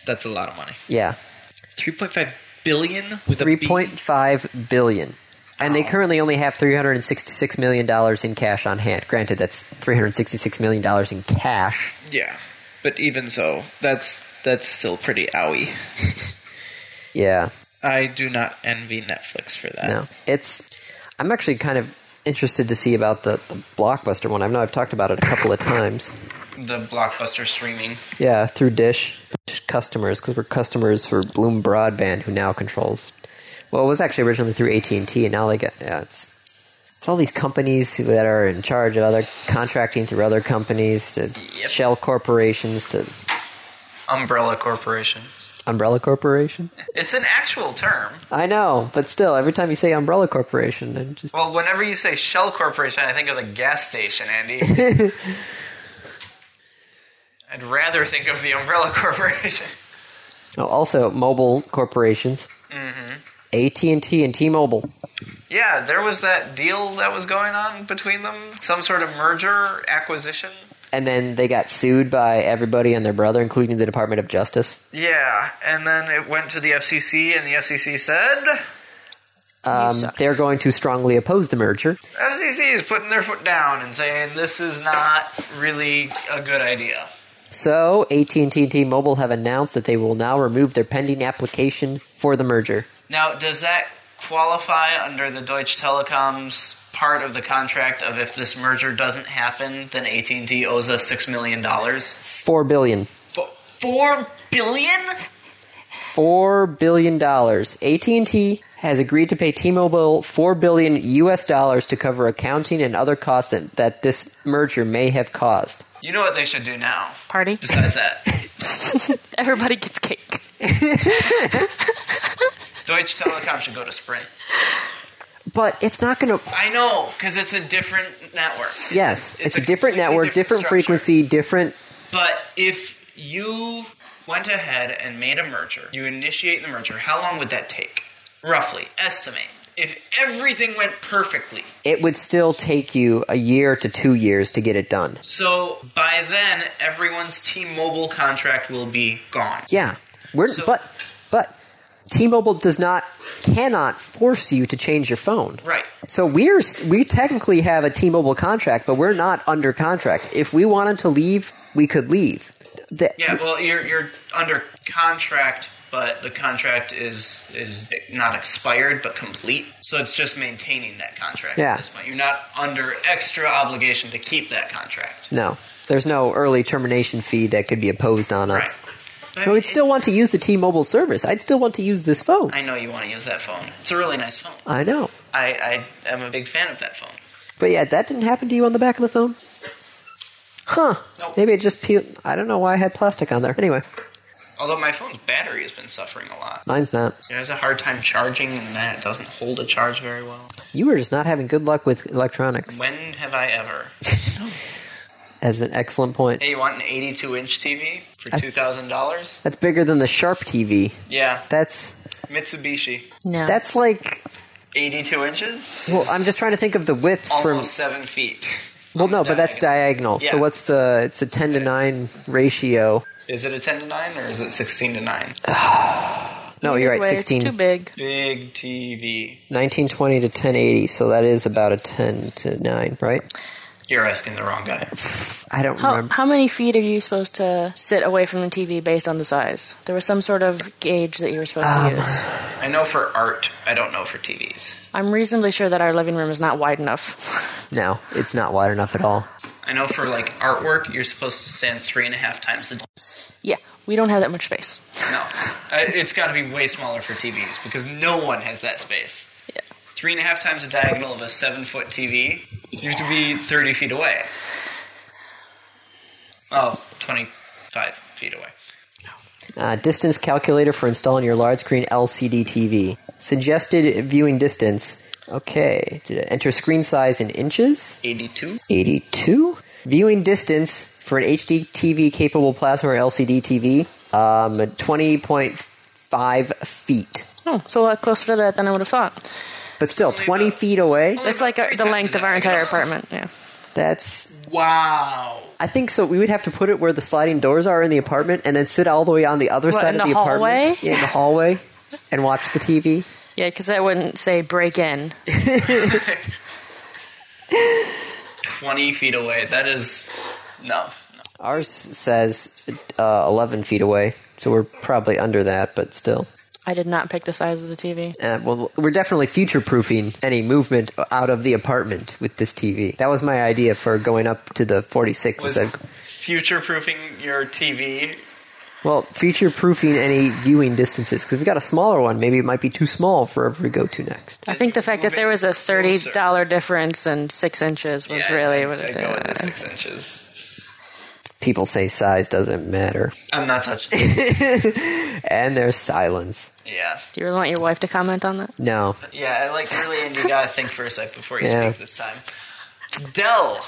[SPEAKER 2] That's a lot of money.
[SPEAKER 1] Yeah.
[SPEAKER 2] Three point five billion with a B?
[SPEAKER 1] 3.5 billion. And they currently only have 366 million dollars in cash on hand. Granted that's 366 million dollars in cash.
[SPEAKER 2] Yeah, but even so, that's that's still pretty owie.
[SPEAKER 1] Yeah.
[SPEAKER 2] I do not envy Netflix for that.
[SPEAKER 1] No, it's. I'm actually kind of interested to see about the, the blockbuster one. I know I've talked about it a couple of times.
[SPEAKER 2] The blockbuster streaming.
[SPEAKER 1] Yeah, through Dish Dish customers because we're customers for Bloom Broadband, who now controls. Well, it was actually originally through AT and T, and now they get yeah, it's it's all these companies that are in charge of other contracting through other companies to shell corporations to
[SPEAKER 2] Umbrella Corporation.
[SPEAKER 1] umbrella corporation.
[SPEAKER 2] It's an actual term.
[SPEAKER 1] I know, but still, every time you say umbrella corporation, and just
[SPEAKER 2] Well, whenever you say Shell Corporation, I think of the gas station, Andy. I'd rather think of the Umbrella [LAUGHS] Corporation.
[SPEAKER 1] Oh, also mobile corporations. AT and T and T-Mobile.
[SPEAKER 2] Yeah, there was that deal that was going on between them, some sort of merger acquisition.
[SPEAKER 1] And then they got sued by everybody and their brother, including the Department of Justice.
[SPEAKER 2] Yeah, and then it went to the FCC, and the FCC said
[SPEAKER 1] Um,
[SPEAKER 3] suck.
[SPEAKER 1] they're going to strongly oppose the merger.
[SPEAKER 2] FCC is putting their foot down and saying this is not really a good idea.
[SPEAKER 1] So AT and T and T-Mobile have announced that they will now remove their pending application for the merger.
[SPEAKER 2] Now, does that qualify under the Deutsche Telekom's part of the contract of if this merger doesn't happen, then AT&T owes us six million dollars.
[SPEAKER 1] Four billion.
[SPEAKER 2] F- Four billion?
[SPEAKER 1] Four billion dollars. AT and T has agreed to pay T-Mobile four billion U.S. dollars to cover accounting and other costs that, that this merger may have caused.
[SPEAKER 2] You know what they should do now?
[SPEAKER 3] Party.
[SPEAKER 2] Besides [LAUGHS] that,
[SPEAKER 3] [LAUGHS] Everybody gets cake.
[SPEAKER 2] Deutsche Telekom should go to Sprint.
[SPEAKER 1] But it's not going to.
[SPEAKER 2] I know, because it's a different network.
[SPEAKER 1] Yes, it's,
[SPEAKER 2] It's
[SPEAKER 1] a,
[SPEAKER 2] a
[SPEAKER 1] different
[SPEAKER 2] completely
[SPEAKER 1] network, different,
[SPEAKER 2] different structure.
[SPEAKER 1] frequency, different.
[SPEAKER 2] But if you went ahead and made a merger, you initiate the merger, how long would that take? Roughly, estimate. If everything went perfectly,
[SPEAKER 1] It would still take you a year to two years to get it done.
[SPEAKER 2] so by then everyone's T-Mobile contract will be gone.
[SPEAKER 1] Yeah, we're
[SPEAKER 2] So-
[SPEAKER 1] but but T-Mobile does not cannot force you to change your phone.
[SPEAKER 2] Right.
[SPEAKER 1] So we're we technically have a T-Mobile contract, but we're not under contract. If we wanted to leave, we could leave. The-
[SPEAKER 2] Yeah. Well, you're you're under contract, but the contract is is not expired but complete. So it's just maintaining that contract
[SPEAKER 1] Yeah.
[SPEAKER 2] at this point. You're not under extra obligation to keep that contract.
[SPEAKER 1] No, there's no early termination fee that could be imposed on
[SPEAKER 2] Right.
[SPEAKER 1] us.
[SPEAKER 2] But I
[SPEAKER 1] But
[SPEAKER 2] mean,
[SPEAKER 1] we'd still want to use the T-Mobile service. I'd still want to use this phone.
[SPEAKER 2] I know you want to use that phone. It's a really nice phone.
[SPEAKER 1] I know.
[SPEAKER 2] I, I am a big fan of that phone.
[SPEAKER 1] But yeah, that didn't happen to you on the back of the phone? Huh.
[SPEAKER 2] Nope.
[SPEAKER 1] Maybe it just peeled. I don't know why I had plastic on there. Anyway,
[SPEAKER 2] Although my phone's battery has been suffering a lot.
[SPEAKER 1] mine's not.
[SPEAKER 2] It has a hard time charging, and that it doesn't hold a charge very well.
[SPEAKER 1] You were just not having good luck with electronics.
[SPEAKER 2] When have I ever?
[SPEAKER 1] That's an excellent point.
[SPEAKER 2] Hey, you want an 82 inch TV for two thousand dollars?
[SPEAKER 1] That's bigger than the Sharp TV.
[SPEAKER 2] Yeah,
[SPEAKER 1] That's
[SPEAKER 2] Mitsubishi,
[SPEAKER 3] No.
[SPEAKER 1] that's like.
[SPEAKER 2] 82 inches,
[SPEAKER 1] Well, I'm just trying to think of the width from.
[SPEAKER 2] almost seven feet.
[SPEAKER 1] Well, no, but that's diagonal. So
[SPEAKER 2] Yeah.
[SPEAKER 1] what's the? It's a ten to nine ratio.
[SPEAKER 2] Is it a 10 to nine or is it 16 to nine?
[SPEAKER 1] No, you're right.
[SPEAKER 3] Anyway, It's too
[SPEAKER 1] 16,
[SPEAKER 3] big.
[SPEAKER 2] Big TV.
[SPEAKER 1] 1920 to 1080. So that is about a 10 to 9, right?
[SPEAKER 2] You're asking the wrong guy.
[SPEAKER 1] I don't
[SPEAKER 3] How,
[SPEAKER 1] remember.
[SPEAKER 3] how many feet are you supposed to sit away from the TV based on the size? There was some sort of gauge that you were supposed
[SPEAKER 1] Um,
[SPEAKER 3] to use.
[SPEAKER 2] I know for art. I don't know for TVs.
[SPEAKER 3] I'm reasonably sure that our living room is not wide enough.
[SPEAKER 1] No, it's not wide enough at all.
[SPEAKER 2] I know for like artwork, you're supposed to stand three and a half times the.
[SPEAKER 3] [LAUGHS] yeah, we don't have that much space.
[SPEAKER 2] No, I- it's got to be way smaller for TVs because no one has that space.
[SPEAKER 3] Yeah.
[SPEAKER 2] Three and a half times the diagonal of a seven foot TV. You have to be 30 feet away. Oh, 25 feet away.
[SPEAKER 1] Uh, distance calculator for installing your large screen LCD TV. Suggested viewing distance. Okay. Did it enter screen size in inches?
[SPEAKER 2] 82?
[SPEAKER 1] 82. Viewing distance for an HD TV capable plasma or LCD TV. Um, 20.5 feet.
[SPEAKER 3] Oh, so a lot closer to that than I would have thought.
[SPEAKER 1] But still, 20 feet away.
[SPEAKER 3] It's like our, the length of our entire apartment. Yeah.
[SPEAKER 1] That's.
[SPEAKER 2] Wow.
[SPEAKER 1] I think so. We would have to put it where the sliding doors are in the apartment, and then sit all the way on the other side
[SPEAKER 3] in
[SPEAKER 1] of
[SPEAKER 3] the
[SPEAKER 1] the,
[SPEAKER 3] hallway?
[SPEAKER 1] apartment, yeah, in the hallway, and watch the TV.
[SPEAKER 3] Yeah, because that wouldn't say break in.
[SPEAKER 2] 20 feet away. That is. No. no.
[SPEAKER 1] Ours says uh, 11 feet away, so we're probably under that, but still.
[SPEAKER 3] I did not pick the size of the TV.
[SPEAKER 1] Uh, well, we're definitely future proofing any movement out of the apartment with this TV. That was my idea for going up to the 46.
[SPEAKER 2] Was
[SPEAKER 1] instead.
[SPEAKER 2] future proofing your TV?
[SPEAKER 1] well, future proofing any viewing distances, because if we got a smaller one, maybe it might be too small for wherever we go to next.
[SPEAKER 3] I think the fact that there was a thirty
[SPEAKER 2] Closer.
[SPEAKER 3] dollar difference and six inches was
[SPEAKER 2] Yeah,
[SPEAKER 3] really
[SPEAKER 2] I-
[SPEAKER 3] what it
[SPEAKER 2] I go with the
[SPEAKER 3] did.
[SPEAKER 2] six inches.
[SPEAKER 1] People say size doesn't matter.
[SPEAKER 2] I'm not touching it.
[SPEAKER 1] And there's silence.
[SPEAKER 2] [LAUGHS] Yeah.
[SPEAKER 3] Do you really want your wife to comment on that?
[SPEAKER 1] No.
[SPEAKER 2] Yeah, I like really, and you gotta think for a sec before you
[SPEAKER 1] Yeah.
[SPEAKER 2] speak this time. Dell.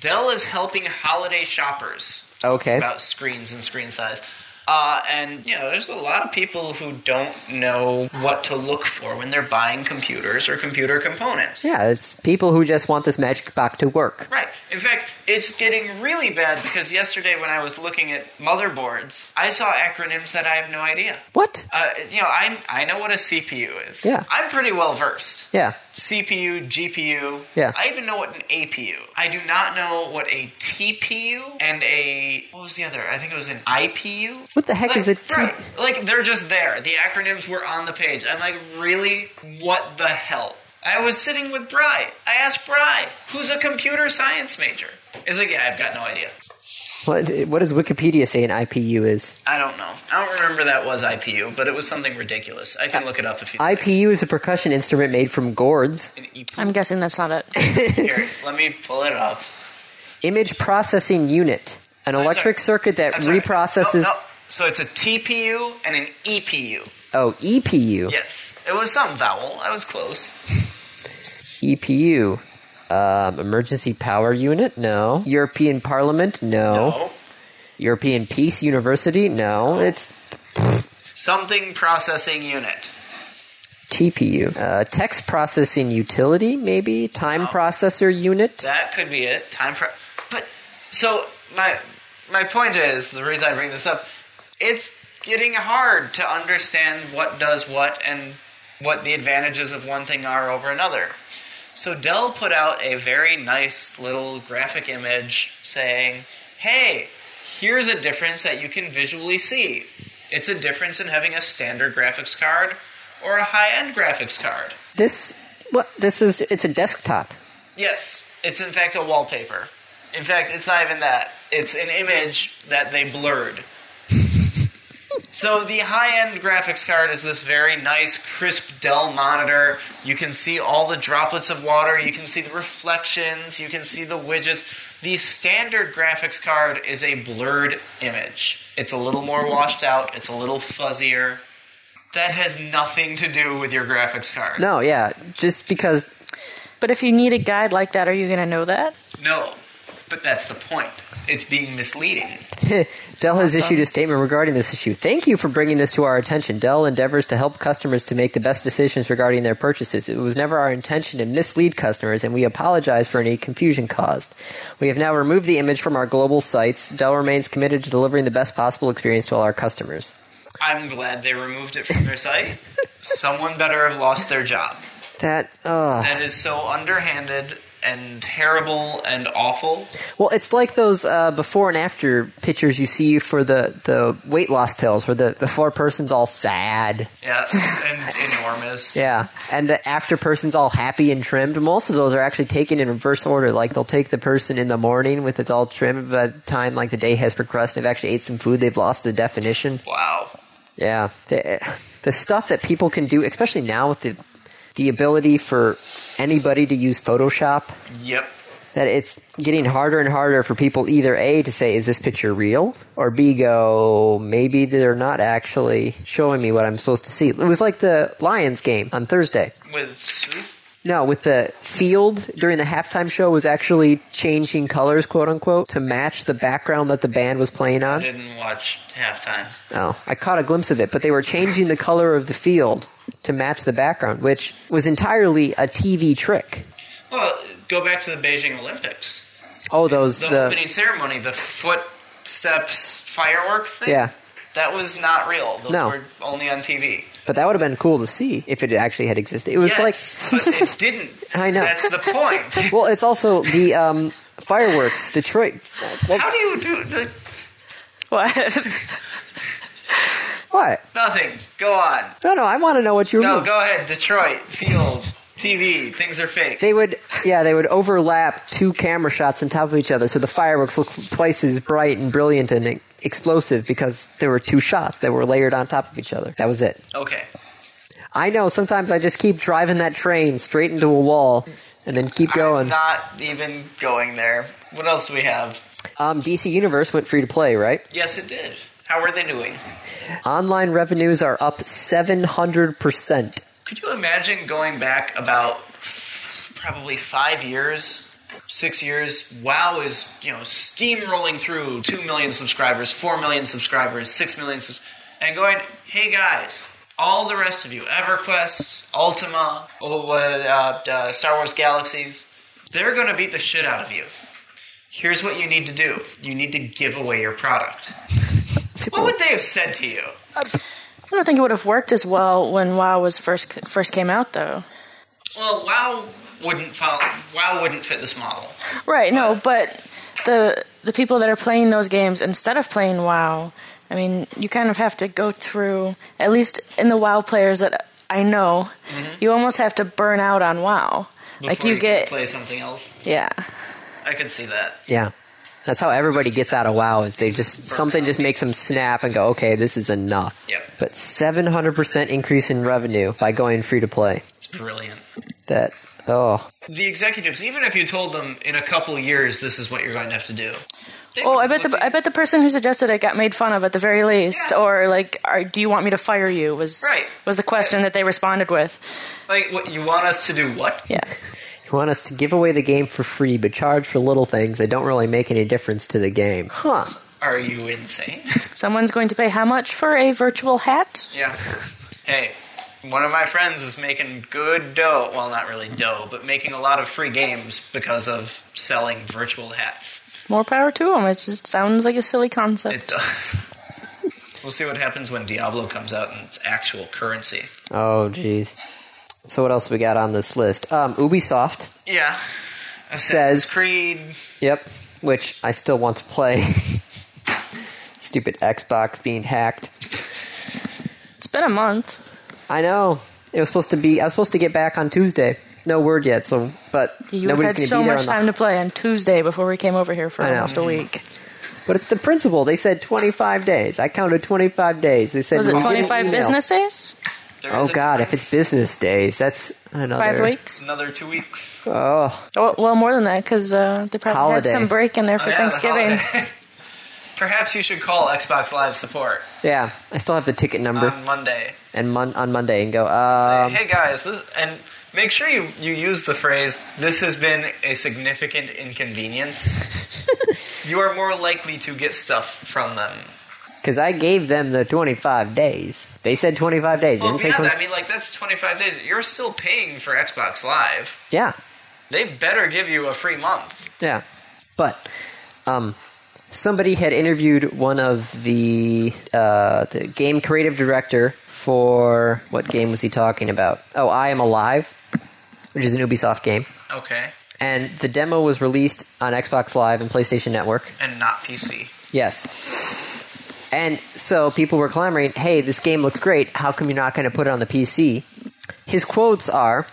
[SPEAKER 2] Dell is helping holiday shoppers
[SPEAKER 1] Okay.
[SPEAKER 2] about screens and screen size. Uh, and, you know, there's a lot of people who don't know what to look for when they're buying computers or computer components.
[SPEAKER 1] Yeah, it's people who just want this magic box to work.
[SPEAKER 2] Right. In fact, it's getting really bad because yesterday when I was looking at motherboards, I saw acronyms that I have no idea.
[SPEAKER 1] What?
[SPEAKER 2] Uh, you know, I, I know what a CPU is.
[SPEAKER 1] Yeah.
[SPEAKER 2] I'm pretty well versed.
[SPEAKER 1] Yeah.
[SPEAKER 2] CPU, GPU.
[SPEAKER 1] Yeah.
[SPEAKER 2] I even know what an APU. I do not know what a TPU and a what was the other? I think it was an IPU.
[SPEAKER 1] What the heck
[SPEAKER 2] Like,
[SPEAKER 1] is a T?
[SPEAKER 2] right. Like they're just there. The acronyms were on the page. I'm like, really? What the hell? I was sitting with Bry. I asked Bry, who's a computer science major. He's like, yeah, I've got no idea.
[SPEAKER 1] What, what does Wikipedia say an IPU is?
[SPEAKER 2] I don't know. I don't remember that was IPU, but it was something ridiculous. I can look it up if you.
[SPEAKER 1] IPU is a percussion instrument made from gourds.
[SPEAKER 2] Like. An EP.
[SPEAKER 3] I'm guessing that's not it.
[SPEAKER 2] Here, let me pull it up.
[SPEAKER 1] Image processing unit, an electric
[SPEAKER 2] Oh, sorry.
[SPEAKER 1] circuit that
[SPEAKER 2] I'm sorry.
[SPEAKER 1] reprocesses.
[SPEAKER 2] No, no. So it's a TPU and an EPU.
[SPEAKER 1] Oh, EPU.
[SPEAKER 2] Yes, it was some vowel. I was close.
[SPEAKER 1] EPU. E Um, emergency power unit? No. European Parliament? No.
[SPEAKER 2] No.
[SPEAKER 1] European Peace University? No. It's
[SPEAKER 2] Something processing unit.
[SPEAKER 1] TPU. Uh, text processing utility, maybe? Time processor unit?
[SPEAKER 2] That could be it. Time pro. But so my my point is the reason I bring this up. It's getting hard to understand what does what and what the advantages of one thing are over another. So Dell put out a very nice little graphic image saying, "Hey, here's a difference that you can visually see. It's a difference in having a standard graphics card or a high-end graphics card."
[SPEAKER 1] this. What? This is. It's a desktop.
[SPEAKER 2] Yes, it's in fact a wallpaper. In fact, it's not even that. It's an image that they blurred. so the high-end graphics card is this very nice, crisp Dell monitor. You can see all the droplets of water. You can see the reflections. You can see the widgets. The standard graphics card is a blurred image. It's a little more washed out. It's a little fuzzier. That has nothing to do with your graphics card.
[SPEAKER 1] No, yeah. Just because
[SPEAKER 3] but if you need a guide like that, are you going to know that? [LAUGHS]
[SPEAKER 2] No, but that's the point. It's being misleading.
[SPEAKER 1] [LAUGHS] Dell has issued a statement regarding this issue. Thank you for bringing this to our attention. Dell endeavors to help customers to make the best decisions regarding their purchases. It was never our intention to mislead customers, and we apologize for any confusion caused. We have now removed the image from our global sites. Dell remains committed to delivering the best possible experience to all our customers.
[SPEAKER 2] I'm glad they removed it from their site. Someone better have lost their job.
[SPEAKER 1] That, uh,
[SPEAKER 2] That is so underhanded and terrible and awful.
[SPEAKER 1] well, it's like those uh, before and after pictures you see for the, the weight loss pills, where the before person's all sad.
[SPEAKER 2] Yeah, and enormous.
[SPEAKER 1] Yeah, and the after person's all happy and trimmed. Most of those are actually taken in reverse order. Like they'll take the person in the morning with it's all trimmed. By the time like the day has progressed, they've actually ate some food. They've lost the definition.
[SPEAKER 2] Wow.
[SPEAKER 1] Yeah, the, the stuff that people can do, especially now with the the ability for anybody to use Photoshop,
[SPEAKER 2] Yep.
[SPEAKER 1] that it's getting harder and harder for people either a to say is this picture real or b go maybe they're not actually showing me what I'm supposed to see. It was like the Lions game on Thursday.
[SPEAKER 2] With soup?
[SPEAKER 1] No, with the field during the halftime show was actually changing colors, quote unquote, to match the background that the band was playing
[SPEAKER 2] I
[SPEAKER 1] on.
[SPEAKER 2] didn't watch halftime.
[SPEAKER 1] Oh, I caught a glimpse of it, but they were changing the color of the field to match the background, which was entirely a TV trick.
[SPEAKER 2] Well, go back to the Beijing Olympics.
[SPEAKER 1] Oh, those
[SPEAKER 2] The,
[SPEAKER 1] the
[SPEAKER 2] opening ceremony, the footsteps fireworks thing.
[SPEAKER 1] yeah,
[SPEAKER 2] That was not real. Those
[SPEAKER 1] No.
[SPEAKER 2] were only on TV.
[SPEAKER 1] but that would have been cool to see if it actually had existed. It was
[SPEAKER 2] yes, [LAUGHS] but it didn't.
[SPEAKER 1] I know.
[SPEAKER 2] That's
[SPEAKER 1] [LAUGHS]
[SPEAKER 2] the point.
[SPEAKER 1] like, [LAUGHS] well, it's also the um, fireworks, Detroit. Well,
[SPEAKER 2] How do you do the,
[SPEAKER 3] What?
[SPEAKER 1] what?
[SPEAKER 2] nothing? Go on.
[SPEAKER 1] No, no, I want to know what you.
[SPEAKER 2] No,
[SPEAKER 1] remember.
[SPEAKER 2] go ahead. Detroit field TV. Things are fake.
[SPEAKER 1] They would, yeah, they would overlap two camera shots on top of each other, so the fireworks look twice as bright and brilliant and explosive because there were two shots that were layered on top of each other. That was it.
[SPEAKER 2] okay.
[SPEAKER 1] I know. Sometimes I just keep driving that train straight into a wall and then keep
[SPEAKER 2] I'm
[SPEAKER 1] going.
[SPEAKER 2] not even going there. What else do we have?
[SPEAKER 1] Um, DC Universe went free to play, right?
[SPEAKER 2] Yes, it did. How are they doing?
[SPEAKER 1] Online revenues are up seven hundred percent.
[SPEAKER 2] Could you imagine going back about probably five years, six years? WoW is you know steamrolling through two million subscribers, four million subscribers, six million, subs- and going, hey guys, all the rest of you, EverQuest, Ultima, oh, uh, uh, Star Wars Galaxies, they're going to beat the shit out of you. Here's what you need to do: you need to give away your product. What would they have said to you?
[SPEAKER 3] I don't think it would have worked as well when WoW was first first came out, though.
[SPEAKER 2] Well, WoW wouldn't follow, WoW wouldn't fit this model.
[SPEAKER 3] Right? No, but the the people that are playing those games instead of playing WoW I mean, you kind of have to go through, at least in the WoW players that I know, you almost have to burn out on WoW. like
[SPEAKER 2] Mm-hmm. Before
[SPEAKER 3] you
[SPEAKER 2] can
[SPEAKER 3] get,
[SPEAKER 2] play something else.
[SPEAKER 3] yeah,
[SPEAKER 2] I could see that.
[SPEAKER 1] Yeah. That's how everybody gets out of WoW is they just something just makes them snap and go, okay, this is enough.
[SPEAKER 2] Yep.
[SPEAKER 1] But 700% increase in revenue by going free to play.
[SPEAKER 2] It's brilliant.
[SPEAKER 1] That oh
[SPEAKER 2] The executives, even if you told them in a couple years this is what you're going to have to do. they
[SPEAKER 3] Oh,
[SPEAKER 2] would
[SPEAKER 3] I bet
[SPEAKER 2] look
[SPEAKER 3] the
[SPEAKER 2] at
[SPEAKER 3] I bet the person who suggested it got made fun of at the very least,
[SPEAKER 2] Yeah.
[SPEAKER 3] or like, are, do you want me to fire you? Was
[SPEAKER 2] Right.
[SPEAKER 3] was the question that they responded with?
[SPEAKER 2] Like, what you want us to do? What?
[SPEAKER 3] Yeah,
[SPEAKER 1] you want us to give away the game for free but charge for little things that don't really make any difference to the game. Huh.
[SPEAKER 2] Are you
[SPEAKER 3] [LAUGHS]
[SPEAKER 2] insane?
[SPEAKER 3] someone's going to pay how much for a virtual hat?
[SPEAKER 2] yeah. Hey, one of my friends is making good dough. Well, not really dough, but making a lot of free games because of selling virtual hats.
[SPEAKER 3] More power to them. It just sounds like a silly concept.
[SPEAKER 2] It does. [LAUGHS] we'll see what happens when Diablo comes out and it's actual currency.
[SPEAKER 1] Oh jeez. So what else we got on this list? Um Ubisoft.
[SPEAKER 2] Yeah.
[SPEAKER 1] Says-
[SPEAKER 2] Assassin's Creed.
[SPEAKER 1] Yep. Which I still want to play. [LAUGHS] Stupid Xbox being hacked.
[SPEAKER 3] It's been a month.
[SPEAKER 1] I know. It was supposed to be. I was supposed to get back on Tuesday. No word yet. So, but
[SPEAKER 3] You have
[SPEAKER 1] nobody's going
[SPEAKER 3] had
[SPEAKER 1] to
[SPEAKER 3] so
[SPEAKER 1] be there.
[SPEAKER 3] much
[SPEAKER 1] on the-
[SPEAKER 3] time to play on Tuesday before we came over here for
[SPEAKER 1] I know.
[SPEAKER 3] almost a week.
[SPEAKER 1] but it's the principal. They said 25 days. I counted 25 days. They said
[SPEAKER 3] Was it
[SPEAKER 1] we didn't
[SPEAKER 3] 25
[SPEAKER 1] email.
[SPEAKER 3] business days?
[SPEAKER 2] There
[SPEAKER 1] Oh
[SPEAKER 2] is a-
[SPEAKER 1] God! If it's business days, that's another
[SPEAKER 3] Five weeks?
[SPEAKER 2] another two weeks.
[SPEAKER 1] Oh,
[SPEAKER 3] Oh, well, more than that because uh, they probably
[SPEAKER 1] Holiday.
[SPEAKER 3] had some break in there for
[SPEAKER 2] Oh, Yeah, the
[SPEAKER 3] Thanksgiving.
[SPEAKER 2] holiday. [LAUGHS] Perhaps you should call Xbox Live support
[SPEAKER 1] yeah. I still have the ticket number
[SPEAKER 2] on Monday.
[SPEAKER 1] and mon- on Monday and go. Um,
[SPEAKER 2] hey guys, this and make sure you, you use the phrase this has been a significant inconvenience.
[SPEAKER 1] [LAUGHS]
[SPEAKER 2] you are more likely to get stuff from them.
[SPEAKER 1] because I gave them the 25 days. They said 25 days. They
[SPEAKER 2] Well,
[SPEAKER 1] didn't say
[SPEAKER 2] beyond
[SPEAKER 1] 20-
[SPEAKER 2] that, I mean like that's 25 days. You're still paying for Xbox Live.
[SPEAKER 1] yeah.
[SPEAKER 2] They better give you a free month.
[SPEAKER 1] Yeah. But um, somebody had interviewed one of the, uh, the game creative director for what game was he talking about? Oh, I Am Alive, which is an Ubisoft game.
[SPEAKER 2] Okay.
[SPEAKER 1] And the demo was released on Xbox Live and PlayStation Network.
[SPEAKER 2] And not PC.
[SPEAKER 1] Yes. And so people were clamoring, hey, this game looks great. How come you're not going to put it on the PC? His quotes are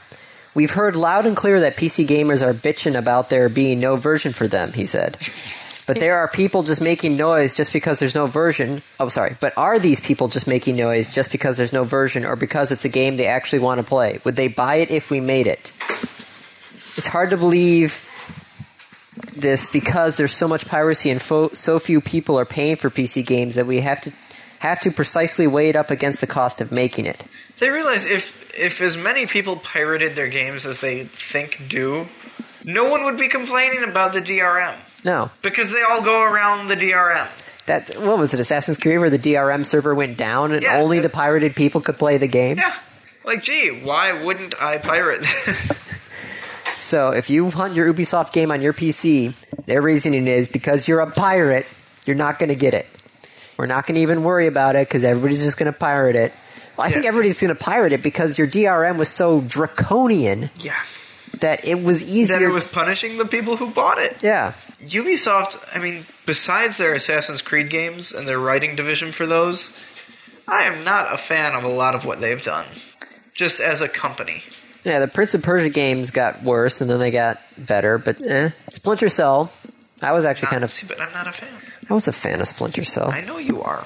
[SPEAKER 1] We've heard loud and clear that PC gamers are bitching about there being no version for them, he said. But there are people just making noise just because there's no version. Oh, sorry. But are these people just making noise just because there's no version or because it's a game they actually want to play? Would they buy it if we made it? It's hard to believe this because there's so much piracy and fo- so few people are paying for PC games that we have to have to precisely weigh it up against the cost of making it.
[SPEAKER 2] They realize if if as many people pirated their games as they think do, no one would be complaining about the DRM
[SPEAKER 1] No,
[SPEAKER 2] because they all go around the DRM.
[SPEAKER 1] that what was it? Assassin's Creed, where the DRM server went down and
[SPEAKER 2] Yeah.
[SPEAKER 1] only the pirated people could play the game.
[SPEAKER 2] Yeah. Like, gee, why wouldn't I pirate this?
[SPEAKER 1] [LAUGHS] So if you want your Ubisoft game on your PC, their reasoning is because you're a pirate, you're not going to get it. We're not going to even worry about it because everybody's just going to pirate it. Well, I think
[SPEAKER 2] Yeah.
[SPEAKER 1] everybody's going to pirate it because your DRM was so draconian
[SPEAKER 2] yeah.
[SPEAKER 1] that it was easier.
[SPEAKER 2] Then it was punishing the people who bought it.
[SPEAKER 1] yeah.
[SPEAKER 2] Ubisoft, I mean, besides their Assassin's Creed games and their writing division for those, I am not a fan of a lot of what they've done. Just as a company.
[SPEAKER 1] Yeah, the Prince of Persia games got worse, and then they got better. But eh. Splinter Cell, I was actually kind of
[SPEAKER 2] but I'm not a fan.
[SPEAKER 1] I was a fan of Splinter Cell.
[SPEAKER 2] I know you are.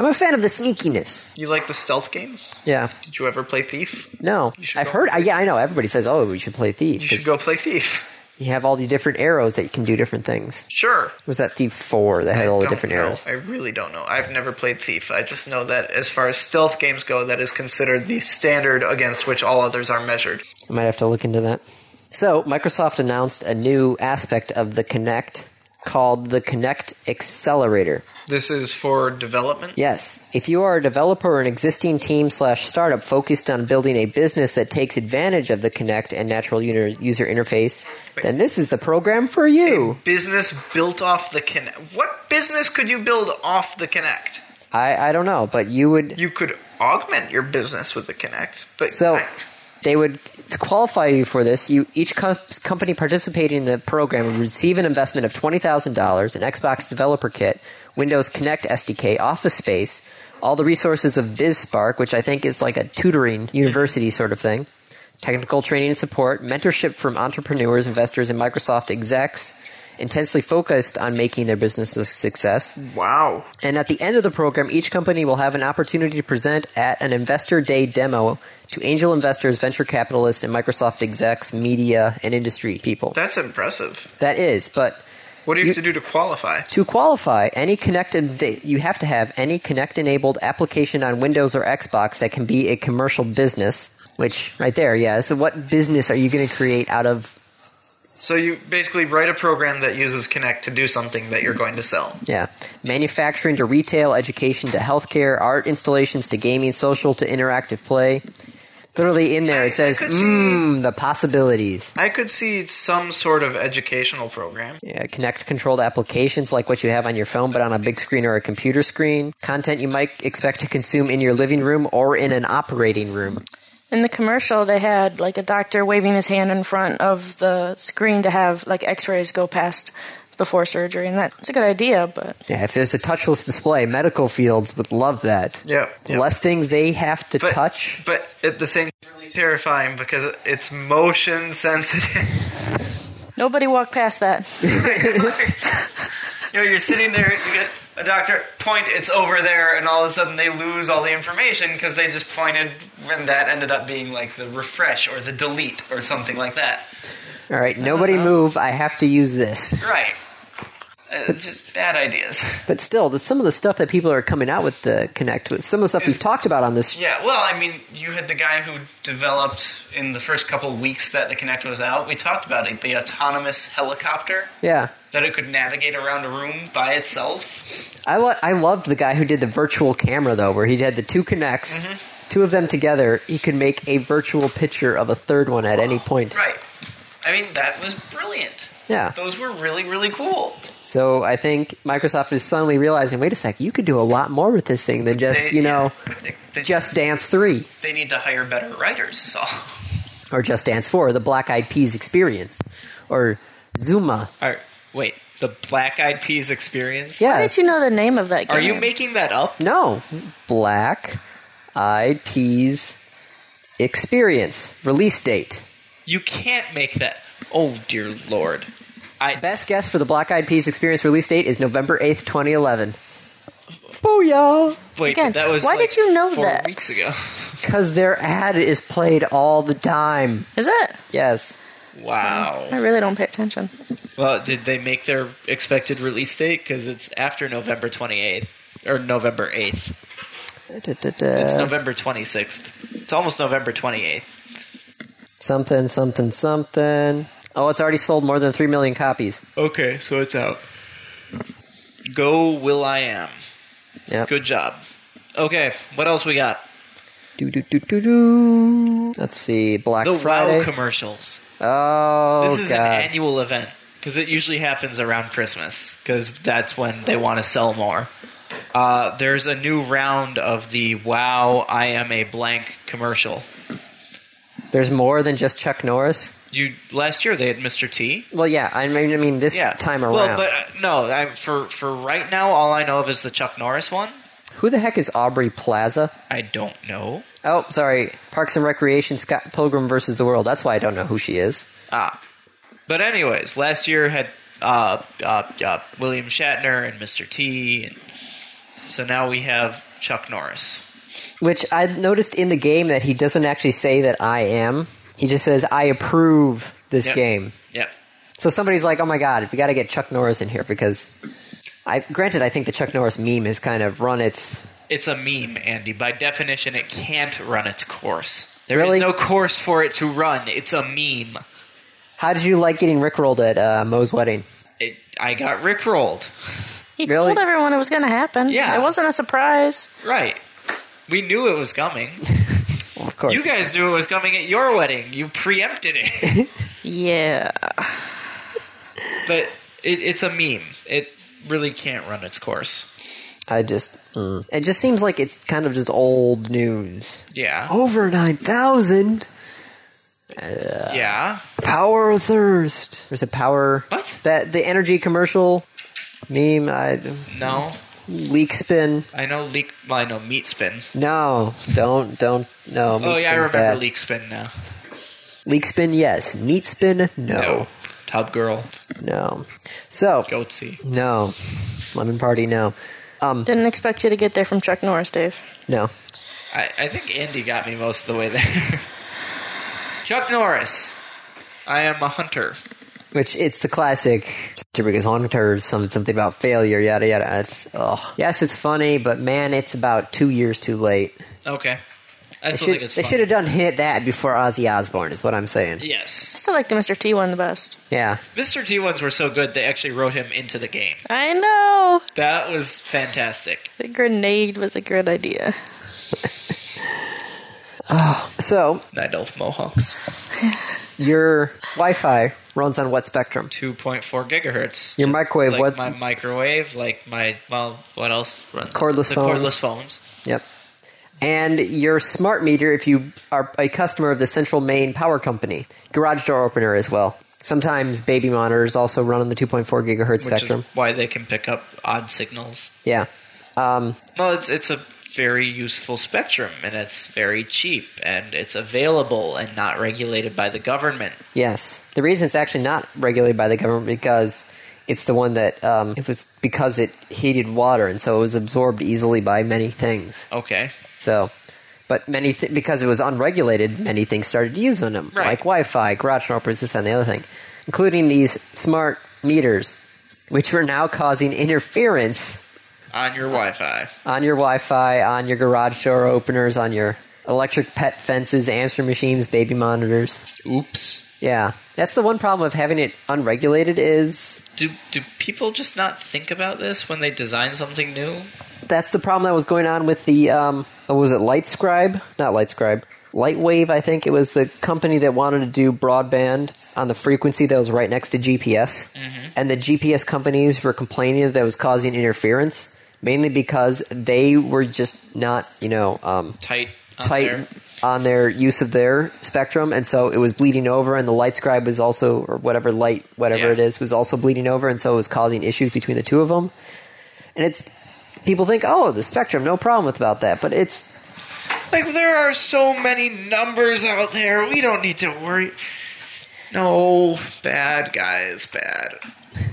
[SPEAKER 1] I'm a fan of the sneakiness.
[SPEAKER 2] You like the stealth games?
[SPEAKER 1] Yeah,
[SPEAKER 2] Did you ever play Thief?
[SPEAKER 1] no,
[SPEAKER 2] should
[SPEAKER 1] I've
[SPEAKER 2] go-
[SPEAKER 1] heard. I, yeah, I know. Everybody says, "Oh, we should play Thief."
[SPEAKER 2] You should
[SPEAKER 1] 'cause
[SPEAKER 2] go play Thief.
[SPEAKER 1] you have all the different arrows that you can do different things.
[SPEAKER 2] Sure.
[SPEAKER 1] Was that Thief Four that had all the
[SPEAKER 2] Don't
[SPEAKER 1] different
[SPEAKER 2] know.
[SPEAKER 1] arrows?
[SPEAKER 2] I really don't know. I've never played Thief. I just know that as far as stealth games go, that is considered the standard against which all others are measured.
[SPEAKER 1] I might have to look into that. So, Microsoft announced a new aspect of the Connect called the Connect Accelerator.
[SPEAKER 2] This is for development.
[SPEAKER 1] Yes. If you are a developer or an existing team slash startup focused on building a business that takes advantage of the Connect and natural user, user interface, then this is the program for you.
[SPEAKER 2] Business built off the Kinect. What business could you build off the Kinect?
[SPEAKER 1] I, I don't know, but you would.
[SPEAKER 2] You could augment your business with the Kinect, but
[SPEAKER 1] So,
[SPEAKER 2] I-
[SPEAKER 1] They would qualify you for this. You each co- company participating in the program would receive an investment of twenty thousand dollars, an Xbox developer kit, Windows Connect SDK, Office Space, all the resources of BizSpark, which I think is like a tutoring
[SPEAKER 2] Mm-hmm.
[SPEAKER 1] university sort of thing, technical training and support, mentorship from entrepreneurs, investors, and Microsoft execs. Intensely focused on making their business a success.
[SPEAKER 2] Wow.
[SPEAKER 1] And at the end of the program, each company will have an opportunity to present at an investor day demo to angel investors, venture capitalists, and Microsoft execs, media, and industry people.
[SPEAKER 2] That's impressive.
[SPEAKER 1] that is, but
[SPEAKER 2] What do you have to do to qualify?
[SPEAKER 1] to qualify, any connected you have to have any Connect enabled application on Windows or Xbox that can be a commercial business. Which right there, yeah. So what business are you going to create out of?
[SPEAKER 2] So you basically write a program that uses Connect to do something that you're going to sell.
[SPEAKER 1] Yeah, manufacturing to retail, education to healthcare, art installations to gaming, social to interactive play. Literally in there,
[SPEAKER 2] I- I
[SPEAKER 1] it says,
[SPEAKER 2] could see-
[SPEAKER 1] "Mmm, the possibilities."
[SPEAKER 2] I could see some sort of educational program.
[SPEAKER 1] Yeah, connect controlled applications like what you have on your phone, but on a big screen or a computer screen. Content you might expect to consume in your living room or in an operating room.
[SPEAKER 3] In the commercial, they had like a doctor waving his hand in front of the screen to have like X-rays go past before surgery, and that's a good idea. But
[SPEAKER 1] Yeah, if there's a touchless display, medical fields would love that.
[SPEAKER 2] Yeah, yeah.
[SPEAKER 1] Less things they have to
[SPEAKER 2] But,
[SPEAKER 1] touch.
[SPEAKER 2] But at the same time, really terrifying because it's motion sensitive.
[SPEAKER 3] nobody walked past that.
[SPEAKER 4] [LAUGHS] You know, you're sitting there, you get a doctor point, it's over there, and all of a sudden they lose all the information because they just pointed, and that ended up being like the refresh or the delete or something like that.
[SPEAKER 1] All
[SPEAKER 2] [LAUGHS]
[SPEAKER 1] right,
[SPEAKER 2] Uh-huh.
[SPEAKER 1] nobody move. I have to use this.
[SPEAKER 4] Right. Uh, just bad ideas.
[SPEAKER 1] But still, the, some of the stuff that people are coming out with the Connect, with some of the stuff we've talked about on this sh-
[SPEAKER 4] Yeah, well, I mean, you had the guy who developed in the first couple of weeks that the Kinect was out. We talked about it, the autonomous helicopter
[SPEAKER 1] yeah.
[SPEAKER 4] that it could navigate around a room by itself.
[SPEAKER 1] I lo- I loved the guy who did the virtual camera though, where he had the two connects,
[SPEAKER 4] Mm-hmm.
[SPEAKER 1] two of them together. He could make a virtual picture of a third one at any point.
[SPEAKER 4] Right. I mean, that was brilliant.
[SPEAKER 1] Yeah.
[SPEAKER 4] Those were really, really cool.
[SPEAKER 1] So I think Microsoft is suddenly realizing, wait a sec, you could do a lot more with this thing than just
[SPEAKER 4] They-
[SPEAKER 1] you know,
[SPEAKER 4] They, they-
[SPEAKER 1] just Dance Three
[SPEAKER 4] they need to hire better writers, is all.
[SPEAKER 1] or Just Dance Four, the Black Eyed Peas experience, or Zuma.
[SPEAKER 2] [LAUGHS] All right, wait, the Black Eyed Peas experience?
[SPEAKER 1] Yeah,
[SPEAKER 3] How did you know the name of that game?
[SPEAKER 2] Are you making that up?
[SPEAKER 1] No, Black Eyed Peas experience release date.
[SPEAKER 2] You can't make that. Oh dear lord. I
[SPEAKER 1] Best guess for the Black Eyed Peas Experience release date is November 8th, 2011. Booyah!
[SPEAKER 2] wait,
[SPEAKER 3] Again,
[SPEAKER 2] that was
[SPEAKER 3] why
[SPEAKER 2] like
[SPEAKER 3] did you know
[SPEAKER 2] four
[SPEAKER 3] that?
[SPEAKER 2] weeks ago. [LAUGHS]
[SPEAKER 1] Because their ad is played all the time.
[SPEAKER 3] Is it?
[SPEAKER 1] Yes.
[SPEAKER 3] I [LAUGHS]
[SPEAKER 2] Wow.
[SPEAKER 3] really don't pay attention.
[SPEAKER 2] Well, did they make their expected release date cuz it's after November 28th or November 8th. It's
[SPEAKER 1] Da-da-da.
[SPEAKER 2] November 26th. It's almost November 28th.
[SPEAKER 1] Something, something, something. Oh, it's already sold more than 3 million copies.
[SPEAKER 2] Okay, so it's out. Go Will I Am.
[SPEAKER 1] Yep.
[SPEAKER 2] Good job. Okay, what else we got?
[SPEAKER 1] Do-do-do-do-do. Let's see. Black
[SPEAKER 2] The
[SPEAKER 1] Friday.
[SPEAKER 2] WoW commercials.
[SPEAKER 1] oh,
[SPEAKER 2] This is
[SPEAKER 1] God.
[SPEAKER 2] an annual event because it usually happens around Christmas because that's when they want to sell more. Uh, there's a new round of the "Wow, I am a blank" commercial.
[SPEAKER 1] There's more than just Chuck Norris.
[SPEAKER 2] You last year they had Mr. T.
[SPEAKER 1] Well, yeah. I mean, I mean this
[SPEAKER 2] Yeah,
[SPEAKER 1] time around.
[SPEAKER 2] Well, but uh, no, I, for for right now, all I know of is the Chuck Norris one.
[SPEAKER 1] Who the heck is Aubrey Plaza?
[SPEAKER 2] I don't know.
[SPEAKER 1] Oh, sorry. Parks and Recreation, Scott Pilgrim versus the World. That's why I don't know who she is.
[SPEAKER 2] Ah, but anyways, last year had uh, uh, uh, William Shatner and Mr. T, and so now we have Chuck Norris.
[SPEAKER 1] Which I noticed in the game that he doesn't actually say that I am. He just says, I approve this
[SPEAKER 2] Yep.
[SPEAKER 1] game.
[SPEAKER 2] Yep.
[SPEAKER 1] So somebody's like, oh my god, we gotta get Chuck Norris in here because. I, granted, I think the Chuck Norris meme has kind of run its.
[SPEAKER 2] It's a meme, Andy. By definition, it can't run its course. There is
[SPEAKER 1] Really?
[SPEAKER 2] no course for it to run. It's a meme.
[SPEAKER 1] How did you like getting rickrolled at uh, Moe's wedding?
[SPEAKER 2] It, I got rickrolled.
[SPEAKER 3] He
[SPEAKER 1] Really?
[SPEAKER 3] told everyone it was going to happen.
[SPEAKER 2] Yeah.
[SPEAKER 3] it wasn't a surprise.
[SPEAKER 2] Right. We knew it was coming.
[SPEAKER 1] Well, of course.
[SPEAKER 2] [LAUGHS] You guys knew it was coming at your wedding. You preempted [LAUGHS] it.
[SPEAKER 3] Yeah,
[SPEAKER 2] but it, it's a meme. It really can't run its course.
[SPEAKER 1] I just. mm. It just seems like it's kind of just old news.
[SPEAKER 2] Yeah.
[SPEAKER 1] Over 9,000?
[SPEAKER 2] yeah.
[SPEAKER 1] Power thirst. There's a power.
[SPEAKER 2] What?
[SPEAKER 1] That the energy commercial meme. I
[SPEAKER 2] No.
[SPEAKER 1] leak spin.
[SPEAKER 2] I know leak. Well, I know meat spin.
[SPEAKER 1] No, don't don't. No.
[SPEAKER 2] oh
[SPEAKER 1] meat
[SPEAKER 2] yeah, I
[SPEAKER 1] spin's
[SPEAKER 2] remember
[SPEAKER 1] bad.
[SPEAKER 2] leak spin now.
[SPEAKER 1] Leak spin. Yes. Meat spin.
[SPEAKER 2] No.
[SPEAKER 1] No.
[SPEAKER 2] Tub girl.
[SPEAKER 1] No. So
[SPEAKER 2] Goatsy.
[SPEAKER 1] no. Lemon party. No. Um.
[SPEAKER 3] Didn't expect you to get there from Chuck Norris, Dave.
[SPEAKER 1] No.
[SPEAKER 2] I, I think Andy got me most of the way there. [LAUGHS] Chuck Norris. I am a hunter.
[SPEAKER 1] Which it's the classic Tibriga's Haunter, something something about failure, yada yada. It's ugh. Yes, it's funny, but man, it's about two years too late.
[SPEAKER 2] Okay.
[SPEAKER 1] They
[SPEAKER 2] I still
[SPEAKER 1] should,
[SPEAKER 2] think it's
[SPEAKER 1] they
[SPEAKER 2] fun.
[SPEAKER 1] should have done hit that before Ozzy Osbourne. Is what I'm saying.
[SPEAKER 2] Yes.
[SPEAKER 3] Still like the Mr. T one the best.
[SPEAKER 1] Yeah,
[SPEAKER 2] Mr. T ones were so good they actually wrote him into the game.
[SPEAKER 3] I know.
[SPEAKER 2] That was fantastic.
[SPEAKER 3] The grenade was a good idea.
[SPEAKER 1] So
[SPEAKER 2] Night Elf Mohawks.
[SPEAKER 1] your Wi-Fi runs on what spectrum?
[SPEAKER 2] 2.4 gigahertz.
[SPEAKER 1] Your
[SPEAKER 2] Just
[SPEAKER 1] microwave,
[SPEAKER 2] Like
[SPEAKER 1] what-
[SPEAKER 2] My microwave, like my, well, what else runs?
[SPEAKER 1] Cordless
[SPEAKER 2] the
[SPEAKER 1] phones.
[SPEAKER 2] cordless phones.
[SPEAKER 1] Yep. And your smart meter, if you are a customer of the Central Maine Power Company, garage door opener as well. Sometimes baby monitors also run on the 2.4 gigahertz
[SPEAKER 2] Which
[SPEAKER 1] spectrum.
[SPEAKER 2] is why they can pick up odd signals.
[SPEAKER 1] Yeah. Um,
[SPEAKER 2] Well, it's it's a very useful spectrum, and it's very cheap, and it's available and not regulated by the government.
[SPEAKER 1] Yes. The reason it's actually not regulated by the government because it's the one that um, it was because it heated water and so it was absorbed easily by many things.
[SPEAKER 2] Okay,
[SPEAKER 1] So, but many th- because it was unregulated, many things started using them,
[SPEAKER 2] Right.
[SPEAKER 1] like Wi-Fi, garage door openers, this and the other thing, including these smart meters, which are now causing interference
[SPEAKER 2] on your Wi-Fi.
[SPEAKER 1] on your Wi-Fi, on your garage door openers, on your electric pet fences, answering machines, baby monitors.
[SPEAKER 2] Oops.
[SPEAKER 1] Yeah, that's the one problem of having it unregulated is
[SPEAKER 2] Do do people just not think about this when they design something new?
[SPEAKER 1] that's the problem that was going on with the um, what was it LightScribe? Not LightScribe. Lightwave, I think it was the company that wanted to do broadband on the frequency that was right next to GPS, and the GPS companies were complaining that that was causing interference, mainly because they were just not, you know, um,
[SPEAKER 2] Tight. on
[SPEAKER 1] tight
[SPEAKER 2] there.
[SPEAKER 1] on their use of their spectrum, and so it was bleeding over, and the light scribe was also, or whatever light, whatever
[SPEAKER 2] Yeah.
[SPEAKER 1] it is, was also bleeding over, and so it was causing issues between the two of them. And it's people think, oh, the spectrum, no problem with about that, but it's
[SPEAKER 2] Like there are so many numbers out there. We don't need to worry. No, bad guys, bad.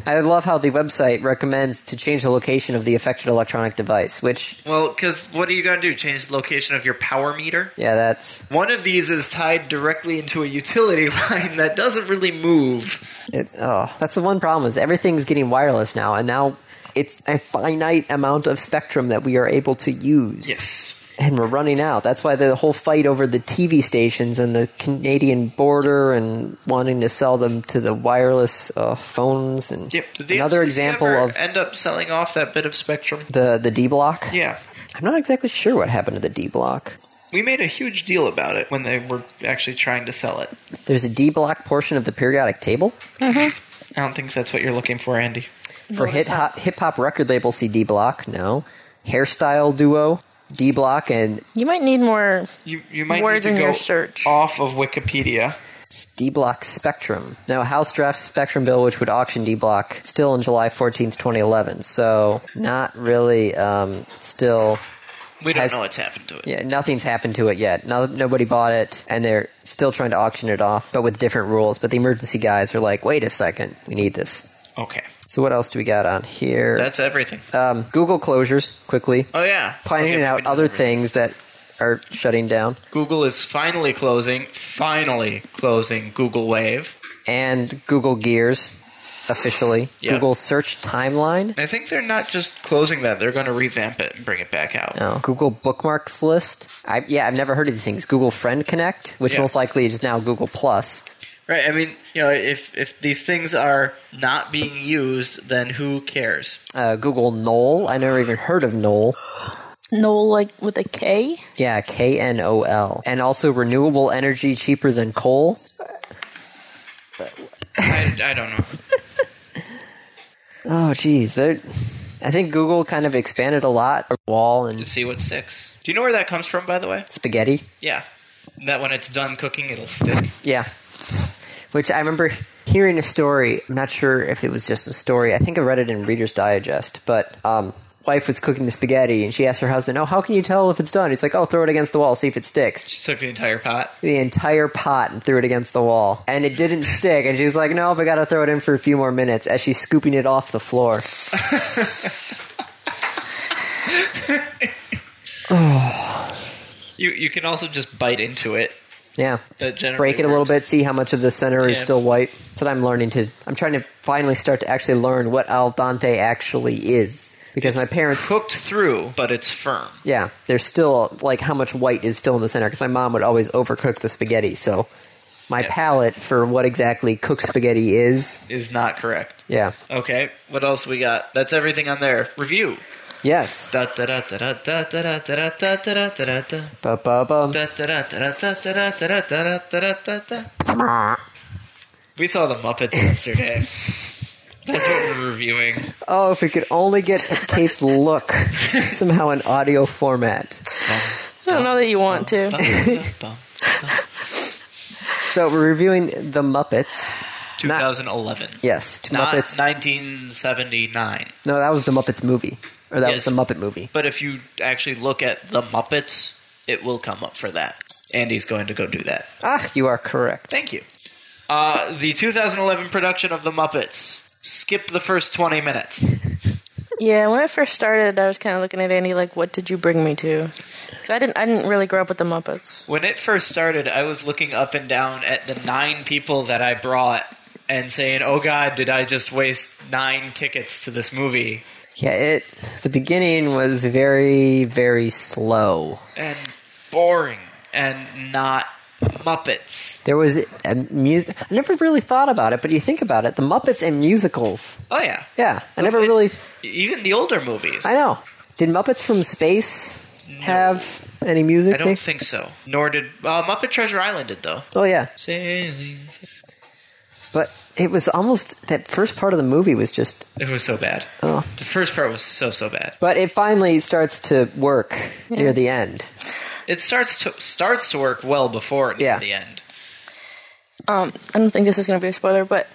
[SPEAKER 1] I love how the website recommends to change the location of the affected electronic device, which
[SPEAKER 2] Well, because what are you going to do? Change the location of your power meter?
[SPEAKER 1] yeah, that's
[SPEAKER 2] One of these is tied directly into a utility [LAUGHS] line that doesn't really move.
[SPEAKER 1] it, oh, that's the one problem is everything's getting wireless now, and now. It's a finite amount of spectrum that we are able to use.
[SPEAKER 2] Yes.
[SPEAKER 1] and we're running out. That's why the whole fight over the TV stations and the Canadian border and wanting to sell them to the wireless uh, phones and
[SPEAKER 2] Yep. Did they
[SPEAKER 1] another
[SPEAKER 2] actually
[SPEAKER 1] example
[SPEAKER 2] ever
[SPEAKER 1] of
[SPEAKER 2] end up selling off that bit of spectrum.
[SPEAKER 1] the the D block.
[SPEAKER 2] Yeah.
[SPEAKER 1] I'm not exactly sure what happened to the D block.
[SPEAKER 2] We made a huge deal about it when they were actually trying to sell it.
[SPEAKER 1] There's a D block portion of the periodic table
[SPEAKER 2] I don't think that's what you're looking for, Andy.
[SPEAKER 1] for hip hop hip hop record label. See D block. No hairstyle duo. D block and
[SPEAKER 3] You might need more.
[SPEAKER 2] You you might
[SPEAKER 3] Words
[SPEAKER 2] need to
[SPEAKER 3] in
[SPEAKER 2] go
[SPEAKER 3] your search.
[SPEAKER 2] off of Wikipedia.
[SPEAKER 1] D Block Spectrum. Now, House drafts Spectrum bill, which would auction D Block, still on July 14th, 2011. So, not really, um, still,
[SPEAKER 2] We don't
[SPEAKER 1] Has-
[SPEAKER 2] know what's happened to it.
[SPEAKER 1] yeah, nothing's happened to it yet. No, nobody bought it, and they're still trying to auction it off, but with different rules. But the emergency guys are like, wait a second, we need this.
[SPEAKER 2] Okay.
[SPEAKER 1] So, what else do we got on here?
[SPEAKER 2] That's everything.
[SPEAKER 1] um, Google closures, quickly.
[SPEAKER 2] Oh yeah.
[SPEAKER 1] Planning
[SPEAKER 2] Okay, we
[SPEAKER 1] out
[SPEAKER 2] did
[SPEAKER 1] other
[SPEAKER 2] everything.
[SPEAKER 1] things that are shutting down.
[SPEAKER 2] Google is finally closing, finally closing Google Wave.
[SPEAKER 1] And Google Gears, officially.
[SPEAKER 2] Yeah.
[SPEAKER 1] Google Search Timeline.
[SPEAKER 2] I think they're not just closing that; they're going to revamp it and bring it back out.
[SPEAKER 1] No. Google Bookmarks list. I, yeah, I've never heard of these things. Google Friend Connect, which
[SPEAKER 2] Yeah.
[SPEAKER 1] most likely is now Google Plus.
[SPEAKER 2] Right. I mean, you know, if if these things are not being used, then who cares?
[SPEAKER 1] Uh, Google Knoll. I never even heard of Knoll.
[SPEAKER 3] No, like with a K.
[SPEAKER 1] Yeah, K N O L. And also renewable energy cheaper than coal.
[SPEAKER 2] I, I don't know.
[SPEAKER 1] Oh, geez. They're, I think Google kind of expanded a lot. Wall and
[SPEAKER 2] See what six. Do you know where that comes from, by the way?
[SPEAKER 1] spaghetti.
[SPEAKER 2] Yeah.
[SPEAKER 4] that when it's done cooking, it'll stick.
[SPEAKER 1] Yeah. Which I remember hearing a story. I'm not sure if it was just a story. I think I read it in Reader's Digest, but um, wife was cooking the spaghetti and she asked her husband, "Oh, how can you tell if it's done?" He's like, "Oh, throw it against the wall, see if it sticks."
[SPEAKER 4] She took the entire pot.
[SPEAKER 1] The entire pot and threw it against the wall, and it didn't [LAUGHS] stick. And she's like, "No, I got to throw it in for a few more minutes." As she's scooping it off the floor.
[SPEAKER 2] You you can also just bite into it.
[SPEAKER 1] Yeah.
[SPEAKER 2] That generally
[SPEAKER 1] break it a little
[SPEAKER 2] works.
[SPEAKER 1] bit, see how much of the center is
[SPEAKER 2] Yeah.
[SPEAKER 1] still white. That's what I'm learning to. I'm trying to finally start to actually learn what al dente actually is because my parents,
[SPEAKER 2] Cooked through, but it's firm.
[SPEAKER 1] yeah, there's still like how much white is still in the center because my mom would always overcook the spaghetti. So my
[SPEAKER 2] Yeah.
[SPEAKER 1] palate for what exactly cooked spaghetti is,
[SPEAKER 2] Is not correct.
[SPEAKER 1] yeah,
[SPEAKER 2] Okay, what else we got? That's everything on there. Review.
[SPEAKER 1] yes,
[SPEAKER 2] Da da da da da da da da da da da da da da da.
[SPEAKER 1] Ba-ba-bum.
[SPEAKER 2] We saw the Muppets yesterday. That's what we're reviewing.
[SPEAKER 1] Oh, if we could only get Kate's
[SPEAKER 2] [LAUGHS]
[SPEAKER 1] look somehow in audio format.
[SPEAKER 3] I don't know that you want
[SPEAKER 2] Oh.
[SPEAKER 3] to.
[SPEAKER 1] So we're reviewing the Muppets.
[SPEAKER 2] 2011.
[SPEAKER 1] Yes, two
[SPEAKER 2] Not
[SPEAKER 1] Muppets.
[SPEAKER 2] 1979.
[SPEAKER 1] No, that was the Muppets movie, or that
[SPEAKER 2] Yes.
[SPEAKER 1] was the Muppet movie.
[SPEAKER 2] But if you actually look at the Muppets, it will come up for that. Andy's going to go do that.
[SPEAKER 1] Ah, you are correct.
[SPEAKER 2] Thank you. Uh, the 2011 production of the Muppets. Skip the first 20 minutes.
[SPEAKER 3] Yeah, when I first started, I was kind of looking at Andy like, "What did you bring me to?" Because I didn't, I didn't really grow up with the Muppets.
[SPEAKER 2] When it first started, I was looking up and down at the nine people that I brought and saying, "Oh God, did I just waste nine tickets to this movie?"
[SPEAKER 1] Yeah, it the beginning was very very slow.
[SPEAKER 2] And boring and not Muppets.
[SPEAKER 1] There was a music. I never really thought about it, but you think about it, the Muppets and musicals.
[SPEAKER 2] Oh yeah,
[SPEAKER 1] Yeah, I never
[SPEAKER 2] It-
[SPEAKER 1] really.
[SPEAKER 2] Even the older movies.
[SPEAKER 1] I know. Did Muppets from Space have any music?
[SPEAKER 2] I
[SPEAKER 1] Nick?
[SPEAKER 2] don't think so. Nor did uh, Muppet Treasure Island did though.
[SPEAKER 1] oh yeah,
[SPEAKER 2] Sailing.
[SPEAKER 1] but it was almost that first part of the movie was just.
[SPEAKER 2] It was so bad.
[SPEAKER 1] Oh.
[SPEAKER 2] The first part was so so bad.
[SPEAKER 1] But it finally starts to work near the end.
[SPEAKER 2] It starts to starts to work well before
[SPEAKER 1] Yeah.
[SPEAKER 2] near the end.
[SPEAKER 3] Um, I don't think this is going to be a spoiler, but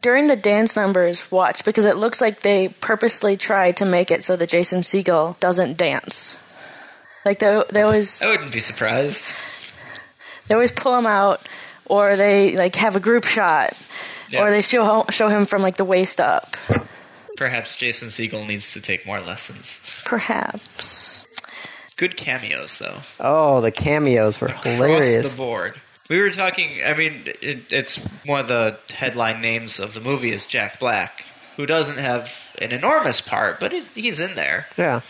[SPEAKER 3] during the dance numbers, watch because it looks like they purposely tried to make it so that Jason Segel doesn't dance. Like they, they always
[SPEAKER 2] I wouldn't be surprised.
[SPEAKER 3] they always pull him out, or they like have a group shot,
[SPEAKER 2] Yeah.
[SPEAKER 3] or they show show him from like the waist up.
[SPEAKER 2] Perhaps Jason Siegel needs to take more lessons.
[SPEAKER 3] Perhaps.
[SPEAKER 2] Good cameos, though.
[SPEAKER 1] Oh, the cameos were
[SPEAKER 2] Across
[SPEAKER 1] hilarious.
[SPEAKER 2] the board. We were talking, I mean, it, it's one of the headline names of the movie is Jack Black, who doesn't have an enormous part, but it, he's in there.
[SPEAKER 1] Yeah.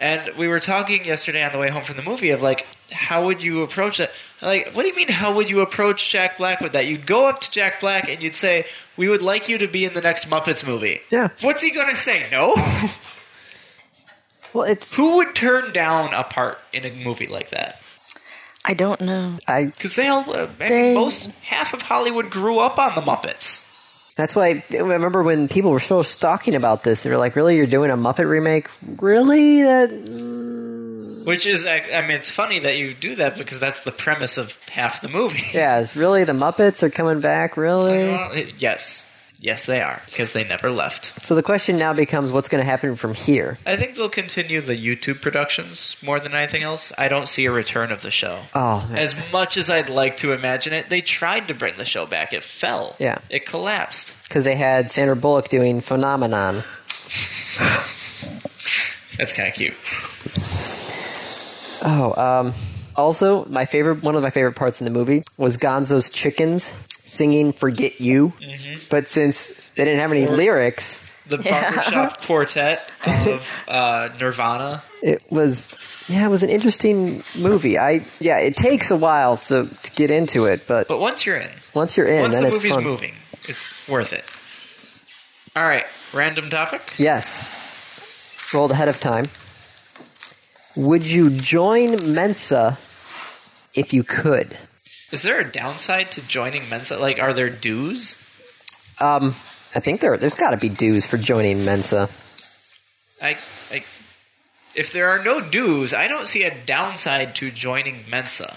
[SPEAKER 2] And we were talking yesterday on the way home from the movie of like, how would you approach that? Like, what do you mean, how would you approach Jack Black with that? You'd go up to Jack Black and you'd say, we would like you to be in the next Muppets movie.
[SPEAKER 1] Yeah.
[SPEAKER 2] What's he going to say?
[SPEAKER 1] [LAUGHS]
[SPEAKER 2] No?
[SPEAKER 1] Well, it's
[SPEAKER 2] who would turn down a part in a movie like that?
[SPEAKER 3] I don't know.
[SPEAKER 1] I
[SPEAKER 2] Because they all, uh, I mean,
[SPEAKER 3] They-
[SPEAKER 2] most half of Hollywood grew up on the Muppets.
[SPEAKER 1] That's why I remember when people were still talking about this, they were like, "Really, you're doing a Muppet remake? Really? That
[SPEAKER 2] Which is, I, I mean, it's funny that you do that because that's the premise of half the movie. [LAUGHS]
[SPEAKER 1] yeah, it's really the Muppets are coming back, really."
[SPEAKER 2] Uh, yes. Yes, they are, because they never left.
[SPEAKER 1] So the question now becomes, what's going to happen from here?
[SPEAKER 2] I think they'll continue the YouTube productions more than anything else. I don't see a return of the show.
[SPEAKER 1] Oh, man.
[SPEAKER 2] As much as I'd like to imagine it, they tried to bring the show back. It fell.
[SPEAKER 1] Yeah.
[SPEAKER 2] It collapsed.
[SPEAKER 1] because they had Sandra Bullock doing Phenomenon.
[SPEAKER 2] That's kind of cute.
[SPEAKER 1] Oh, um, also my favorite, one of my favorite parts in the movie was Gonzo's chickens singing "Forget You,"
[SPEAKER 2] Mm-hmm.
[SPEAKER 1] but since they didn't have any lyrics,
[SPEAKER 2] The
[SPEAKER 3] Yeah.
[SPEAKER 2] barbershop quartet of uh, Nirvana.
[SPEAKER 1] it was yeah it was an interesting movie i yeah it takes a while so to get into it but,
[SPEAKER 2] But once you're in,
[SPEAKER 1] once you're in
[SPEAKER 2] once
[SPEAKER 1] then
[SPEAKER 2] the
[SPEAKER 1] it's
[SPEAKER 2] movie's
[SPEAKER 1] fun
[SPEAKER 2] moving, it's worth it. All right, random topic.
[SPEAKER 1] yes rolled ahead of time would you join mensa if you could
[SPEAKER 2] Is there a downside to joining Mensa? Like, are there dues?
[SPEAKER 1] um i think there there's got to be dues for joining mensa
[SPEAKER 2] I, I, if there are no dues, I don't see a downside to joining Mensa.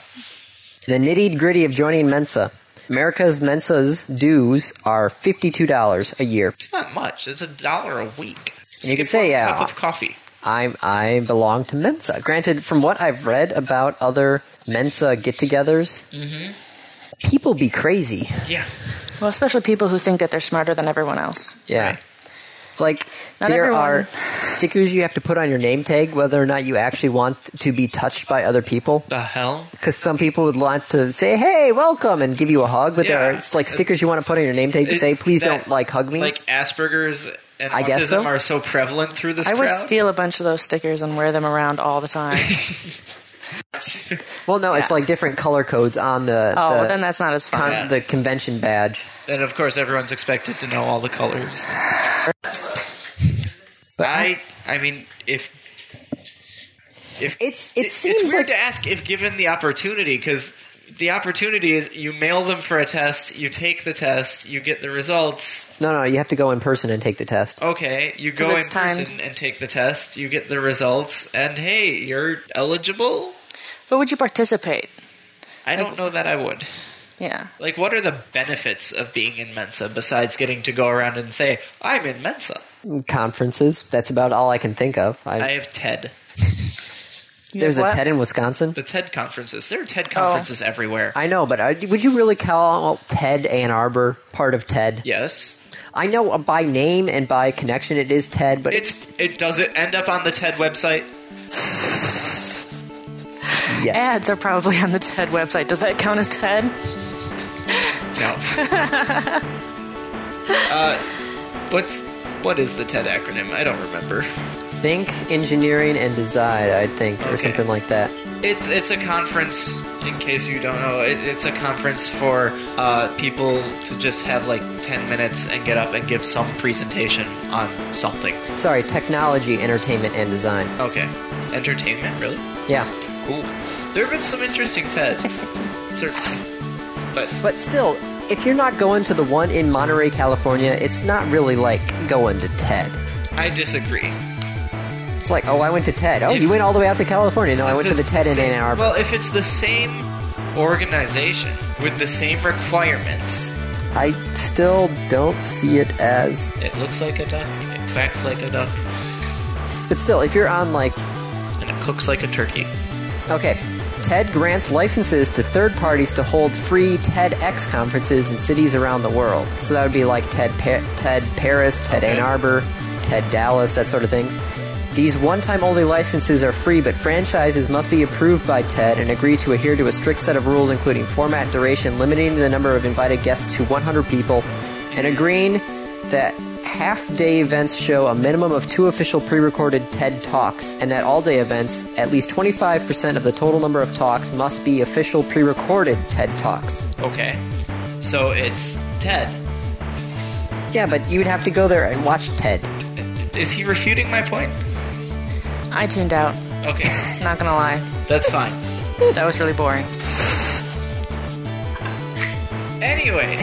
[SPEAKER 1] The nitty gritty of joining Mensa. America's Mensa's dues are $52 a year.
[SPEAKER 2] It's not much. It's a dollar a week. Just
[SPEAKER 1] you could
[SPEAKER 2] get
[SPEAKER 1] say,
[SPEAKER 2] one
[SPEAKER 1] yeah.
[SPEAKER 2] cup of coffee.
[SPEAKER 1] I'm I belong to Mensa. Granted, from what I've read about other Mensa get-togethers, people be crazy.
[SPEAKER 2] Yeah,
[SPEAKER 3] Well, especially people who think that they're smarter than everyone else.
[SPEAKER 1] Yeah, like
[SPEAKER 3] Not
[SPEAKER 1] there
[SPEAKER 3] everyone-
[SPEAKER 1] are stickers you have to put on your name tag whether or not you actually want to be touched by other people.
[SPEAKER 2] the hell.
[SPEAKER 1] Because some people would want to say, "Hey, welcome," and give you a hug, but there
[SPEAKER 2] Yeah.
[SPEAKER 1] are it's like stickers you want to put on your name tag to
[SPEAKER 2] It-
[SPEAKER 1] say, "Please
[SPEAKER 2] that-
[SPEAKER 1] don't like hug me."
[SPEAKER 2] Like Asperger's and
[SPEAKER 1] I
[SPEAKER 2] autism
[SPEAKER 1] guess so.
[SPEAKER 2] are so prevalent through this
[SPEAKER 3] I would
[SPEAKER 2] crowd.
[SPEAKER 3] steal a bunch of those stickers and wear them around all the time.
[SPEAKER 2] [LAUGHS]
[SPEAKER 1] well, no, it's
[SPEAKER 3] yeah.
[SPEAKER 1] like different color codes on the
[SPEAKER 3] Oh,
[SPEAKER 1] the,
[SPEAKER 3] then that's not as fun.
[SPEAKER 1] con-
[SPEAKER 2] Yeah.
[SPEAKER 1] the convention badge.
[SPEAKER 2] and of course, everyone's expected to know all the colors.
[SPEAKER 1] But
[SPEAKER 2] I, I mean, if if
[SPEAKER 1] It's- it
[SPEAKER 2] it's
[SPEAKER 1] seems like-
[SPEAKER 2] weird to ask if given the opportunity because the opportunity is you mail them for a test, you take the test, you get the results.
[SPEAKER 1] No, no, you have to go in person and take the test.
[SPEAKER 2] Okay, you go
[SPEAKER 3] 'Cause
[SPEAKER 2] in
[SPEAKER 3] it's timed.
[SPEAKER 2] person and take the test, you get the results, and hey, you're eligible.
[SPEAKER 3] But would you participate?
[SPEAKER 2] I don't know that I would.
[SPEAKER 3] Yeah.
[SPEAKER 2] Like, what are the benefits of being in Mensa besides getting to go around and say, I'm in Mensa?
[SPEAKER 1] Conferences. That's about all I can think of. I,
[SPEAKER 2] I have TED.
[SPEAKER 3] You
[SPEAKER 1] there's a
[SPEAKER 3] what?
[SPEAKER 1] TED in Wisconsin.
[SPEAKER 2] The TED conferences. There are TED conferences everywhere.
[SPEAKER 1] I know, but I, would you really call TED Ann Arbor part of TED?
[SPEAKER 2] yes.
[SPEAKER 1] I know by name and by connection it is TED, but it's,
[SPEAKER 2] It's it does it end up on the TED website?
[SPEAKER 1] yes.
[SPEAKER 3] Ads are probably on the TED website. Does that count as TED?
[SPEAKER 2] No. uh, what's what is the TED acronym? I don't remember.
[SPEAKER 1] Think Engineering and Design, I think, or
[SPEAKER 2] Okay.
[SPEAKER 1] something like that.
[SPEAKER 2] It's it's a conference. In case you don't know, it, it's a conference for uh, people to just have like ten minutes and get up and give some presentation on something.
[SPEAKER 1] Sorry, Technology, Entertainment, and Design.
[SPEAKER 2] Okay, entertainment really
[SPEAKER 1] Yeah.
[SPEAKER 2] cool. There have been some interesting TEDs, certainly, but
[SPEAKER 1] But still, if you're not going to the one in Monterey, California, it's not really like going to TED.
[SPEAKER 2] I disagree.
[SPEAKER 1] It's like, oh, I went to TED. Oh,
[SPEAKER 2] If-
[SPEAKER 1] you went all the way out to California. No, I
[SPEAKER 2] Since
[SPEAKER 1] went to
[SPEAKER 2] [LAUGHS]
[SPEAKER 1] the
[SPEAKER 2] it's
[SPEAKER 1] TED in
[SPEAKER 2] same-
[SPEAKER 1] Ann Arbor.
[SPEAKER 2] Well, if it's the same organization with the same requirements,
[SPEAKER 1] I still don't see it as.
[SPEAKER 2] it looks like a duck, it quacks like a duck,
[SPEAKER 1] But still, if you're on like,
[SPEAKER 2] and it cooks like a turkey.
[SPEAKER 1] okay, TED grants licenses to third parties to hold free TEDx conferences in cities around the world. So that would be like TED, pa- TED Paris, TED
[SPEAKER 2] Okay.
[SPEAKER 1] Ann Arbor, TED Dallas, that sort of things. These one-time only licenses are free, but franchises must be approved by TED and agree to adhere to a strict set of rules, including format, duration, limiting the number of invited guests to 100 people, and agreeing that half-day events show a minimum of two official pre-recorded TED talks, and that all-day events, at least 25% of the total number of talks, must be official pre-recorded TED talks.
[SPEAKER 2] Okay, so it's Ted.
[SPEAKER 1] Yeah, but you'd have to go there and watch TED.
[SPEAKER 2] Is he refuting my point?
[SPEAKER 3] I tuned out.
[SPEAKER 2] Okay,
[SPEAKER 3] Not gonna lie.
[SPEAKER 2] that's fine.
[SPEAKER 3] That was really boring.
[SPEAKER 2] Anyway.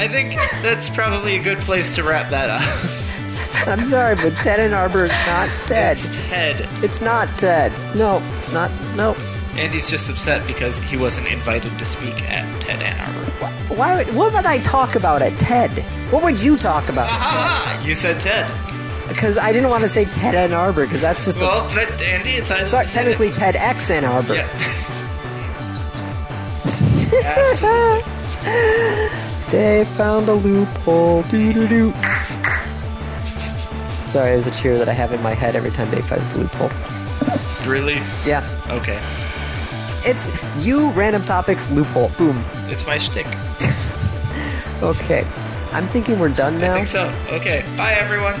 [SPEAKER 2] I think that's probably a good place to wrap that up.
[SPEAKER 1] I'm sorry, but TED and Arbor is [LAUGHS] not TED.
[SPEAKER 2] It's Ted.
[SPEAKER 1] It's not TED. No, not no.
[SPEAKER 2] Andy's just upset because he wasn't invited to speak at TED Ann Arbor.
[SPEAKER 1] Wh- Why? Would, what would I talk about at TED? What would you talk about?
[SPEAKER 2] Ah, you said Ted.
[SPEAKER 1] Because I didn't want to say TED Ann Arbor because that's just a, [LAUGHS]
[SPEAKER 2] Well, but Andy, it's
[SPEAKER 1] it's not technically TEDx Ann Arbor. [LAUGHS]
[SPEAKER 2] Yeah.
[SPEAKER 1] [LAUGHS] Dave found a loophole. Doo doo doo. Sorry, there's a cheer that I have in my head every time Dave finds a loophole.
[SPEAKER 2] Really?
[SPEAKER 1] Yeah,
[SPEAKER 2] Okay.
[SPEAKER 1] it's you random topics loophole. Boom.
[SPEAKER 2] It's my shtick. I
[SPEAKER 1] Okay, I'm thinking we're done now.
[SPEAKER 2] think so. Okay. Bye, everyone.